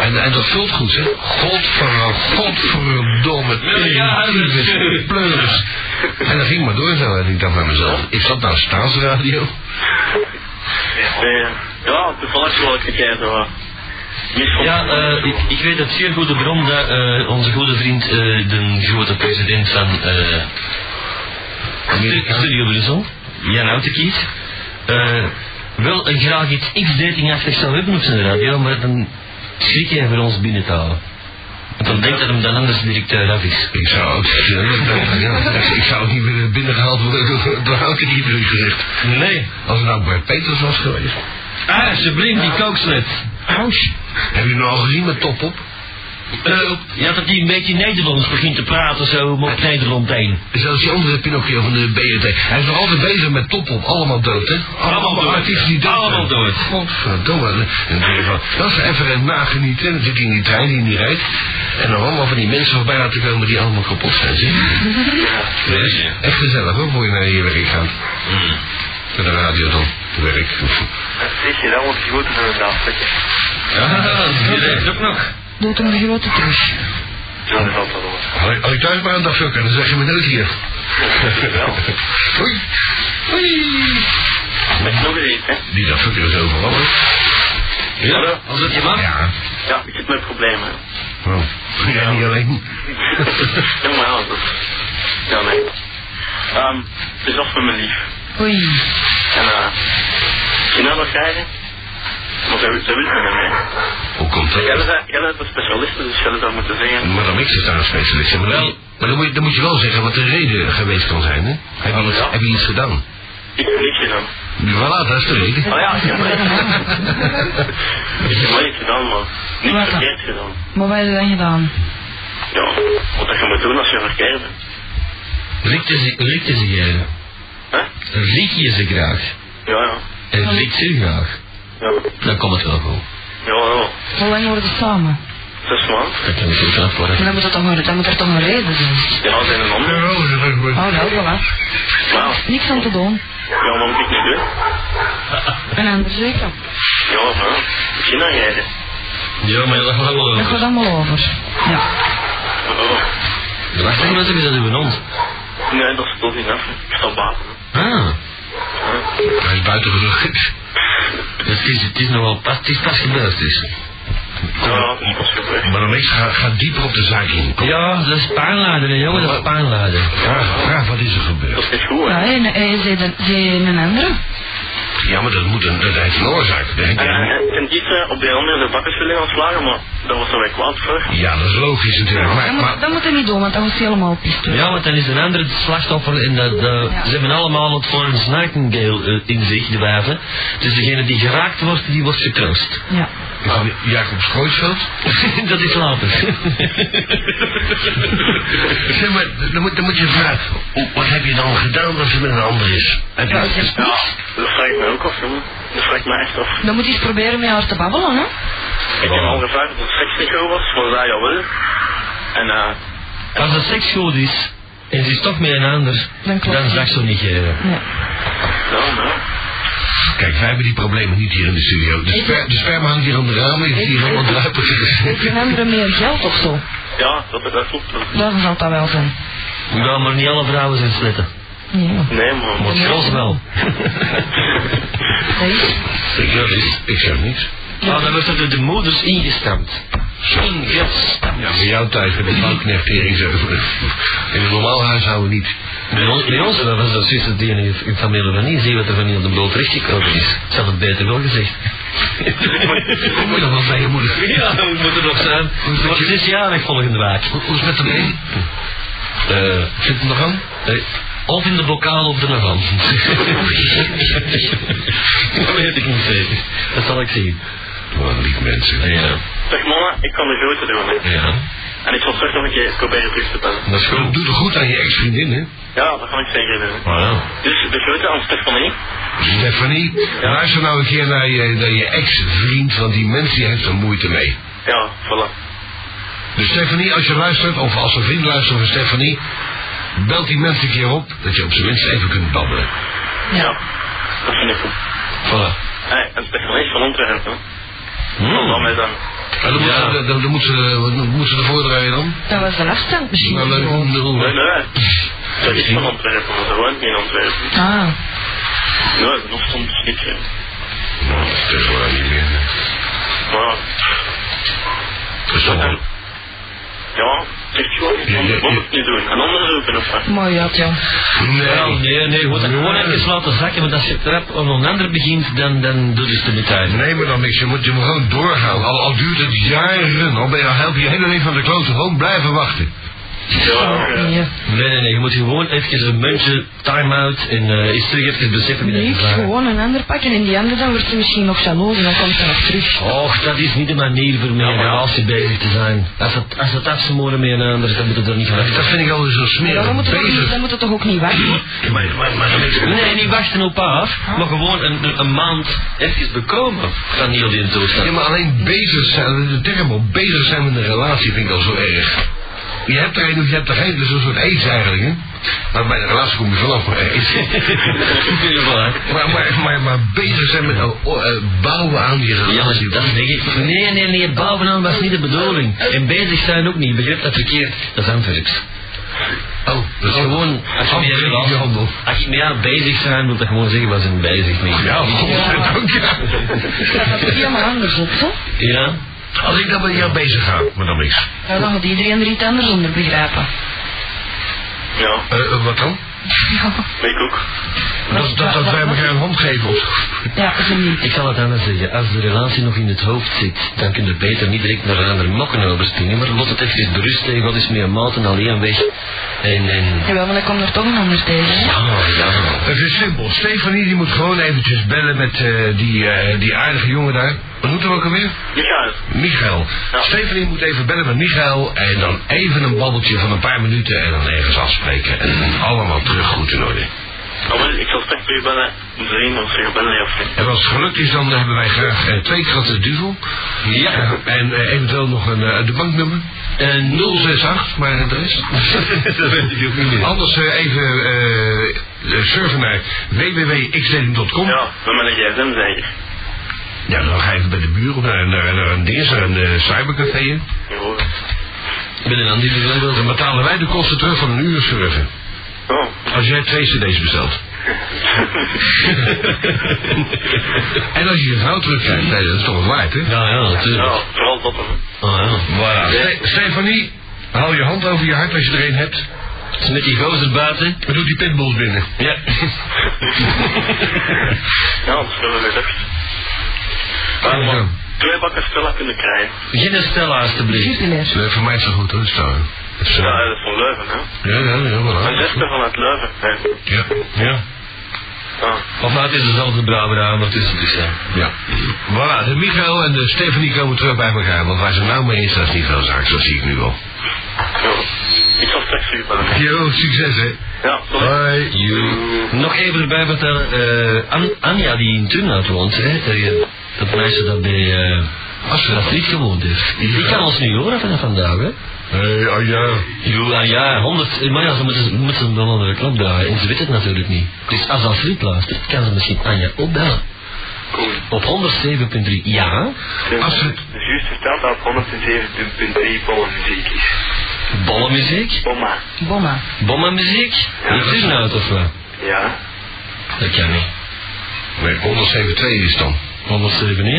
S6: En, en dat vult goed, hè? Godver, godverdomme, tering, pleuris. En dat ging maar door zo. En ik dacht bij mezelf, is dat nou staatsradio?
S2: Nee. Ja, toevallig wel gekeken, hoor. Misschien.
S1: Ja, eh, ik, ik weet het zeer goede bron dat eh, onze goede vriend, eh, de grote president van eh, Stu- Studio Brussel, Jan Outekiet, eh, wel een graag iets X-datingachtig zou hebben op zijn radio, maar dan schrik hij voor ons binnen te houden. Want dan denkt dat hem dan anders directeur af is.
S6: Ik zou ook, ja, dat- ja, ik- ik zou ook niet willen binnengehaald worden door elke die jullie gezegd.
S1: Nee.
S6: Als het nou bij Peters was geweest.
S1: Ah, alsjeblieft, die kookslet.
S6: Heb je nou al gezien met top op?
S1: Eh, ja, dat die een beetje Nederlands begint te praten zo, maar op Nederland heen.
S6: Zelfs die andere Pinocchio van de BRT. Hij is nog altijd bezig met top op. Allemaal dood, hè?
S1: Allemaal dood,
S6: artiesten die dood
S1: Allemaal
S6: zijn.
S1: dood.
S6: Godverdomme. En dan denk je van, dat is even een nagenieten. En dan zit hij in die trein die niet rijdt. En dan allemaal van die mensen voorbij laten komen die allemaal kapot zijn. Zie je? Dus, echt gezellig hoor, voor je naar je werk gaat.
S1: Hmm.
S6: Naar de radio dan. Werk.
S2: Zeg je, dat wordt goed voor een dag, zeg je.
S6: Ja,
S1: Die leeft ook nog.
S5: Doet hem de grote terug.
S2: Ja, dat valt wel hoor.
S6: Als ik- als ik thuis maar aan dat fucken, dan zeg je me nooit hier. Hoi.
S2: Met nog eens, hè.
S6: Die dat fucken is overal. hè?
S2: Hallo?
S1: Als het je mag.
S6: Ja.
S2: Ja, ik heb mijn problemen.
S6: Wow. Ja, niet alleen.
S2: Ja, maar ja, dat is... Ja, nee. Ehm, het is af met mijn lief.
S5: Oei.
S2: En eh... je nou nog krijgen? Maar zij wil ze wil het niet meer.
S6: Hoe komt dat?
S2: Jij bent- jij bent een specialist, dus jij zou moeten zeggen...
S6: Maar dan is daar een specialist. Maar, dan, maar dan, moet je, dan moet je wel zeggen wat de reden geweest kan zijn, hè? Heb je, iets-
S2: Ja.
S6: heb je iets gedaan?
S2: Ik heb niks gedaan.
S6: Voilà, dat is de reden.
S2: Oh ja, ik heb maar Ik heb maar niks gedaan, man. Niks verkeerd gedaan.
S5: Maar wat heb je dan gedaan?
S2: Ja, wat dat je moet doen als je verkeerd bent.
S1: Riekt ze, riekt ze jij?
S2: Hè?
S1: Riek je ze graag?
S2: Ja, ja.
S1: En riekt ze graag?
S2: Ja,
S1: Dan komt het wel goed.
S2: ja, ja.
S5: Hoe lang worden we samen?
S2: Zes maanden.
S1: Dat kan ik ook aan
S5: En
S1: worden.
S5: dan moet, dat toch een, dan moet er toch een reden zijn.
S2: Ja, zijn een ander.
S5: Oh, wel, voilà.
S2: Maar,
S5: Niks aan te doen.
S2: ja, wat moet ik nu doen?
S5: En anders zeker.
S2: Ja, maar ik zie dat jij.
S1: Ja, maar dat gaat wel
S5: Dat gaat
S1: over.
S5: allemaal over. Ja.
S2: Oh.
S1: Wacht even, wat hebben ze dat in hond?
S2: Nee, dat is toch niet af. Ik sta baten.
S1: Ah.
S6: Hij is buiten gelukt.
S1: Het is, het is nogal pas, het is pas gebeurd dus.
S2: Ja, dat is gebeurd.
S6: Maar dan niks, ga, ga dieper op de zaak in. Kom.
S1: Ja, dat is paanladen, hè, jongen, dat is paanladen.
S6: Vraag, vraag wat is er
S2: Dat
S6: gebeurd.
S2: is niet goed, hè?
S5: Ja, en eh, ze ze- ze- een andere?
S6: Ja, maar dat, moet een, dat heeft een oorzaak. Dat heeft-
S2: En, en, en die eh, op de andere de bakkers willen gaan slagen, maar dat was er wel kwaad voor.
S6: Ja, dat is logisch natuurlijk. Maar,
S5: Dat moet,
S6: maar,
S5: dat moet je niet doen, want dan wordt hij helemaal pist.
S1: Ja, want dan is een ander het slachtoffer en dat, dat-
S5: Ja.
S1: ze hebben allemaal het Florence Nightingale eh, in zich, de wijven. Dus degene die geraakt wordt, die wordt getroost.
S5: Ja.
S6: Jacob Schooisveld?
S1: dat is later.
S6: Zeg maar, dan moet, dan moet je vragen, hoe- wat heb je dan gedaan als het met een ander is? Heb je-
S5: Ja, dat is niks.
S2: Dat vraag ik me ook af, jongen. Dat vraag ik me echt af.
S5: Dan moet je eens proberen met haar te babbelen, hè?
S2: Ik heb
S1: Oh.
S2: al gevraagd of het seks niet goed was, maar dat ja wel. En eh,
S1: Als het seks goed is, en ze eh, is toch met een ander,
S5: Dan
S1: dan
S5: klopt het.
S1: zag ze niet geven.
S5: Nee.
S2: nou, nou.
S6: Kijk, wij hebben die problemen niet hier in de studio. De, sper, de sperma hangt hier aan de ramen, je ziet hier helemaal druipend.
S5: Heeft een andere meer geld of zo?
S2: Ja, dat, dat klopt.
S5: Daar zal dat wel zijn.
S1: Nou, maar niet alle vrouwen zijn sletten.
S5: Ja.
S2: Nee, man.
S1: Maar gros wel.
S6: Ik, zeg niets. ik zeg niets.
S1: Ah, dan wordt er door de moeders ingestampt. Ingestampt.
S6: Ja, bij jou thuis met de bankknechtering zo. In een normaal huishouden niet.
S1: Bij ons, bij ons dat was dat zussen die in, in familie van niet zien wat er van hier op de bloot terechtgekomen is. Ze had het beter wel gezegd.
S6: Hoe moet je dat wel bij je moeder?
S1: Ja, we moeten nog zijn. Ze wordt zesjarig volgende week.
S6: Hoe is het met de been?
S1: Eh,
S6: Zit het nog aan?
S1: eh, of in de bokaal of de navan. dat weet ik niet zeker. Dat zal ik zien.
S6: Wat lief mensen.
S1: Ja.
S2: Zeg mama, ik kan de grote doen. Hè.
S1: Ja.
S2: En ik zal straks nog een keer proberen terug te bellen.
S1: Dat is goed.
S6: Doe het goed aan je ex-vriendin, hè?
S2: Ja, dat ga ik zeker doen.
S6: Ah,
S1: Wauw.
S2: Dus de grote aan Stefanie.
S6: Stefanie, luister nou een keer naar je, naar je ex-vriend, want die mens die heeft er moeite mee.
S2: Ja, voilà.
S6: Dus Stefanie, als je luistert, of als een vriend luistert van Stefanie, belt die mens een keer op, dat je op zijn minst even kunt babbelen.
S2: Ja. Dat vind ik goed.
S6: Voilà.
S2: Hey, en Stefanie is van Antwerpen. Kom dan met dan.
S6: En dan,
S1: Ja.
S6: moet, ze- dan, dan moet, ze, wat moet ze ervoor draaien dan?
S5: Dat was de afstand misschien.
S6: Nou, leuk.
S5: gewoon.
S2: Nee,
S6: Nee,
S2: nee. Dat is van Antwerpen, maar ze woont niet in Antwerpen.
S5: Ah,
S2: Nee, nog soms niet. hè.
S6: Dat is wel niet meer.
S2: Maar,
S6: Dat is toch wel.
S2: ja, zeg gewoon,
S6: Ja, ja, ja.
S2: je moet het niet doen. En anderen roepen of wat.
S5: mooi uit, ja.
S6: Oh,
S1: Nee, nee, nee, je moet dat gewoon even laten zakken, want als je trap aan een ander begint, dan, dan doet het er niet uit.
S6: Nee, maar dan niks. Je moet, je moet gewoon doorgaan. Al, al duurt het jaren. Al ben je al help je hele leven van de klote. Gewoon blijven wachten.
S2: Ja, ja.
S5: Ja.
S1: Nee, nee, nee, je moet gewoon even een muntje, time-out en eh eens terug even beseffen wie dat
S5: Nu
S1: je vraagt.
S5: gewoon een ander pakken en die andere dan wordt hij misschien nog jaloers en dan komt hij nog terug.
S1: Och, dat is niet de manier voor mij om relatie bezig te zijn. Als dat, als dat afsmoren met een ander, dan moet het er niet van af.
S6: Dat vind ik altijd zo smerig.
S5: Dan moet het toch niet,
S6: Bezig.
S5: dan moet het toch ook niet wachten.
S6: Maar, maar, maar,
S1: Nee, niet wachten op af, maar gewoon een, een, een maand even bekomen van heel die toestand.
S6: Ja, maar alleen bezig zijn. De term op bezig zijn met een relatie vind ik al zo erg. Je hebt er een of je hebt er geen. Dus een soort aids eigenlijk, hè. Maar bij de relatie kom je vanaf maar aids. maar, maar, maar, maar bezig zijn met oh, oh, eh, bouwen aan die
S1: Ja,
S6: relatie.
S1: maar dat denk ik. Nee, nee, nee, bouwen aan was niet de bedoeling. En bezig zijn ook niet, begrijp dat verkeerd. Dat is Antwerps.
S6: Oh,
S1: Dat is gewoon, als je met je
S6: Handel, handel.
S1: relatie, als je met jou bezig zijn, wil dat gewoon zeggen, we zijn bezig mee.
S6: Ja, dank je.
S5: Dat is helemaal anders op, hè?
S1: Ja?
S6: Als ik dan met jou bezig ga, maar dan niks.
S5: Ja, dan gaat iedereen er iets anders onder begrijpen.
S2: Ja,
S6: Eh, eh, wat dan?
S2: weet ik ook.
S6: Dat, dat, dat wij elkaar een hand geven of...
S5: Ja, zo niet.
S1: Ik zal het anders zeggen, als de relatie nog in het hoofd zit, dan kun je beter niet direct naar een ander mokken overspringen, maar laat het even berust tegen wat is met je maat en alleen weg. En, en... Oh,
S5: Jawel, maar dan komt er toch een ander tegen. hè?
S1: Ja, ja.
S6: Het is simpel. Stefanie die moet gewoon eventjes bellen met eh, die, eh, die aardige jongen daar. Wat moeten we ook alweer?
S2: Michael.
S6: Michael.
S2: Ja.
S6: Stefanie moet even bellen met Michael en dan even een babbeltje van een paar minuten en dan ergens afspreken. En dan allemaal terug goed in orde.
S2: Oh, wel, ik zal straks weer bellen. Om te zien of ze gaan bellen of niet.
S6: En als het gelukt is, dan hebben wij graag eh, twee kratten duvel. Ja. Eh, en eh, eventueel nog een, eh, de banknummer.
S1: En nul.
S6: 068, maar de rest.
S1: Dat weet ik ook niet meer.
S6: Anders eh, even eh, eh, surfen naar www.xdating.com. Ja.
S2: Ja, we met een gsm zeker.
S6: dan ga je even bij de buren naar, naar, naar een ding, naar een eh, cybercafé.
S2: Ja.
S1: Met een ander voorbeeld.
S6: Dan betalen wij de kosten terug van een uur surfen.
S2: Oh,
S6: Als jij twee cd's bestelt. en als je je vrouw terugkrijgt, nee, dat is toch wat waard, hè?
S1: Ja, ja, natuurlijk.
S2: ja, vooral dat dan.
S1: Ah, ja.
S6: Voilà. Ste- Stefanie, hou je hand over je hart als je er een hebt.
S1: Het is met die gozer buiten.
S6: En doe die pitbulls binnen.
S1: Ja.
S2: Ja, dat is wel gelukt.
S6: Ja.
S2: Maar twee bakken spullen kunnen krijgen.
S1: Geen stel alstublieft.
S5: Jupiler.
S6: Nee, voor mij is het goed, hoor. Staan.
S2: Ja, dat is van Leuven, hè.
S6: Ja, ja, ja,
S2: Een
S6: voilà.
S2: zesde vanuit Leuven. hè.
S6: Ja, ja.
S2: Ja.
S1: Of nou, het is dezelfde Brabant, maar het is het dus, ja.
S6: Ja. Voilà, de Michael en de Stefanie komen terug bij elkaar. Want waar ze nou mee is, dat is niet veel zaak. Dat zie ik nu al.
S2: Ja. Ik zal straks weer bellen.
S6: Yo, succes hè.
S2: Ja, sorry.
S6: Hoi.
S1: Joe. Nog even erbij vertellen, eh, An- Anja die in Turnhout woont, hè, eh, dat meisje dat bij eh Asfalt niet gewoond heeft, die kan ons nu horen vanaf vandaag. Hè.
S6: Hey, oh ja.
S1: Jo, Anja, 100, eh, maar ja, ze moeten, ze moeten hem dan onder de klap draaien en ze weet het natuurlijk niet. Dus als dat luistert, kan ze misschien Anja opbellen. Op 107.3, ja.
S10: Als het... Dus juist verteld dat het 107.3 bolle muziek is.
S1: Bolle muziek.
S10: Bomma.
S11: Bomma.
S1: Bomma muziek. Ja, is nou uit of wat?
S10: Ja.
S1: Dat kan niet.
S6: Nee, 107.2 is dan.
S1: 107.1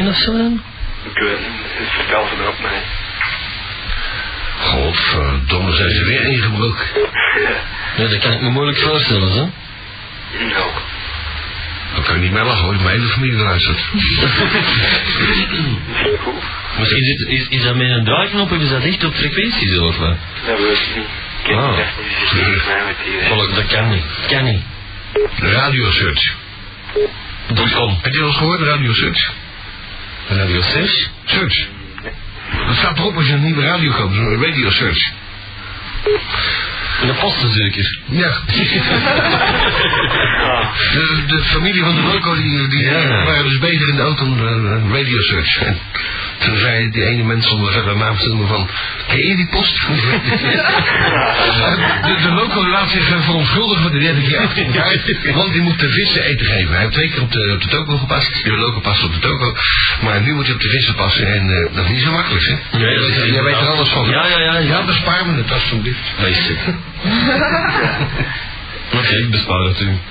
S1: of zo dan?
S10: Ik weet het niet. Het vertelt ze me op mij.
S6: Godverdomme, zijn ze weer ingebroken.
S1: Nee, dat kan ik me moeilijk voorstellen, zo.
S10: Nou.
S6: Dan kan ik niet meer lachen hoor, mijn hele familie luistert.
S1: Misschien zit, is, is dat met een draaiknop, of is dat echt op frequenties of wat?
S10: Dat weet ik niet. Ik ken
S1: Ah.
S10: het echt niet. Dus ik niet mij met die...
S1: Volk, dat kan niet. Kan niet.
S6: Radio Search.
S1: Dat kan.
S6: Heb je al eens gehoord, Radio Search?
S1: Radio Search?
S6: Search. Dat staat erop als je een nieuwe radio koopt, een Radio Search.
S1: En dat past natuurlijk eens.
S6: Ja. De, de familie van de Wilco, die, die waren dus bezig in de auto om eh, radio search. En toen zei die ene mens zonder verder naam te noemen van, ken je die post? de, de loco laat zich eh, verontschuldigen voor de derde keer achter elkaar, want die moet de vissen eten geven. Hij heeft twee keer op de, op de toko gepast, de loco past op de toko, maar nu moet hij op de vissen passen en eh, dat is niet zo makkelijk, hè?
S1: Nee, dat is
S6: Jij
S1: inderdaad-
S6: weet er alles van.
S1: Ja, ja, ja, ja.
S6: bespaar me het alsjeblieft.
S1: Wees het. Oké, ik bespaar het u.
S10: En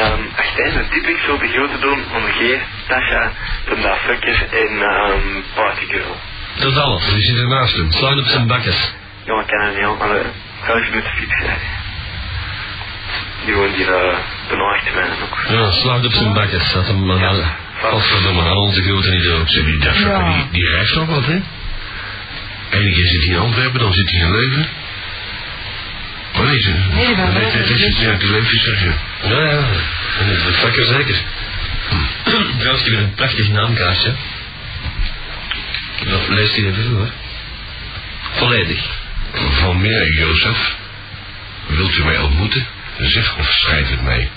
S10: ehm als jij een tip ik zou de grote doen, omgeer, Tasha, Tanda Fucker en ehm Party Girl.
S1: Dat is alles.
S6: Die zit ernaast hem.
S1: Sluit op zijn bakjes.
S10: Ja, maar ik kan het niet, maar eh, ik ga even met de fiets rijden. Die woont hier eh bijna achter mij ook.
S1: Ja, sluit op zijn bakjes. Dat hem maar aan. Godverdomme, aan onze grote idioot.
S6: Ze die dacht,
S11: Ja.
S6: die, die reist nog wat, hè? Eén keer zit hij in Antwerpen, dan zit hij in Leuven. Wat is het?
S11: Nee, die waren
S6: Nee,
S11: Leuven,
S6: dat is het,
S11: dus.
S6: ja, het is Leuven, zeg je.
S1: Ja, ja. En dat is vaker zeker.
S6: Hm.
S1: Trouwens, je hebt een prachtig naamkaartje. Dat leest hij even hoor. Volledig.
S6: Van meer, Jozef. Wilt u mij ontmoeten? Zeg of schrijf het mij.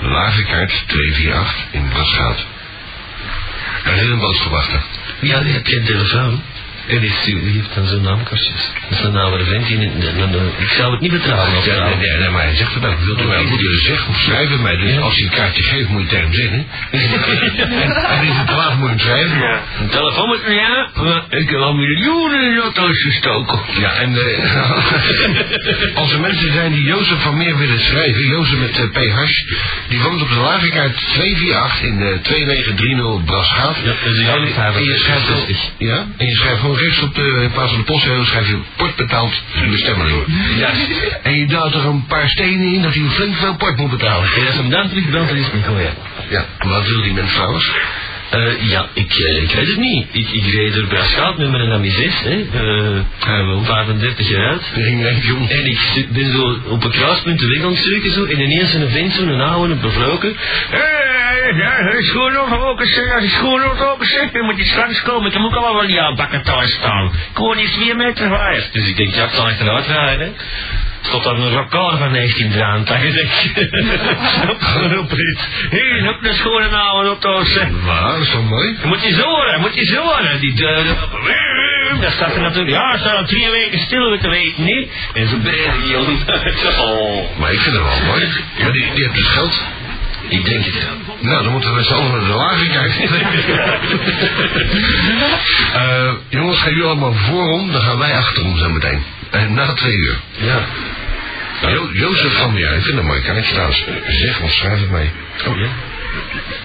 S6: Lavikaart 248 in Brasgaat. En heel boodschap achter.
S1: Ja, die heb je telefoon. En die, die heeft dan zo'n naamkastjes. Dat is een oude vent. die niet- dan- dan- Ik zou het niet betrouwen. als
S6: Ja,
S1: verhaal.
S6: nee, nee, nee, maar hij zegt het ook. Wilt u mij ontmoeten? Zeg of schrijf het mij. Dus als hij een kaartje geeft, moet je het tegen hem zeggen. En is het te laat, moet je hem schrijven.
S1: Een telefoon met u, ja? Ik heb al miljoenen in auto's gestoken.
S6: Ja, en eh, als er mensen zijn die Jozef van Meer willen schrijven, Jozef met eh, PH, die woont op de Lavikaart 248 in de 2930 Brasgaat.
S1: Ja, dat is die
S6: En-
S1: andere vijf,
S6: en je
S1: dat is
S6: schrijft wel-
S1: 60.
S6: Ja, en je schrijft gewoon rechts op de, in plaats van de postzegel, schrijf je port betaald de bestemming door.
S1: Ja.
S6: En je duwt er een paar stenen in dat hij flink veel port moet betalen.
S1: En als hem dan terugbelt, dan is het niet goed, ja.
S6: Ja, wat wil die mens trouwens?
S1: Eh, ja, ik, eh, ik weet het niet. Ik, ik reed er bij Schaat met mijn Ami 6, hè. eh, 35 jaar oud.
S6: Die ging denk jong.
S1: En ik zit- ben zo op een kruispunt de weg aan het zoeken, zo, en ineens een vent, zo'n oude, een bevroken. Hé, Eh, ja, is gewoon nog ook eens, eh, dat is gewoon nog ook eens, je moet eens langskomen, ik heb ook allemaal wel die aanbakken thuis staan. Gewoon eens vier meter vijf. Dus ik denk, ja, ik zal achteruit rijden. Stond dan een record van 1983, denk ik. Op een oprit. Hier is ook een schone oude auto, zeg.
S6: Waar, zo mooi.
S1: Je moet je horen, moet je horen. Die deuren open. Daar staat er natuurlijk, ja, er staat al drie weken stil, we te weten niet. En zo bergen, jongen. Oh.
S6: Maar ik vind het wel mooi. Maar die, die hebt dus geld.
S1: Ik denk het wel.
S6: Nou, dan moeten we met z'n allen naar de lagen kijken. Eh, jongens, gaan jullie allemaal voor om, dan gaan wij achter om zo meteen. En na twee uur.
S1: Ja.
S6: Jo- Jozef van der Jaar, ik vind dat mooi, kan ik trouwens. Zeg, of schrijf het mij.
S1: Oh ja.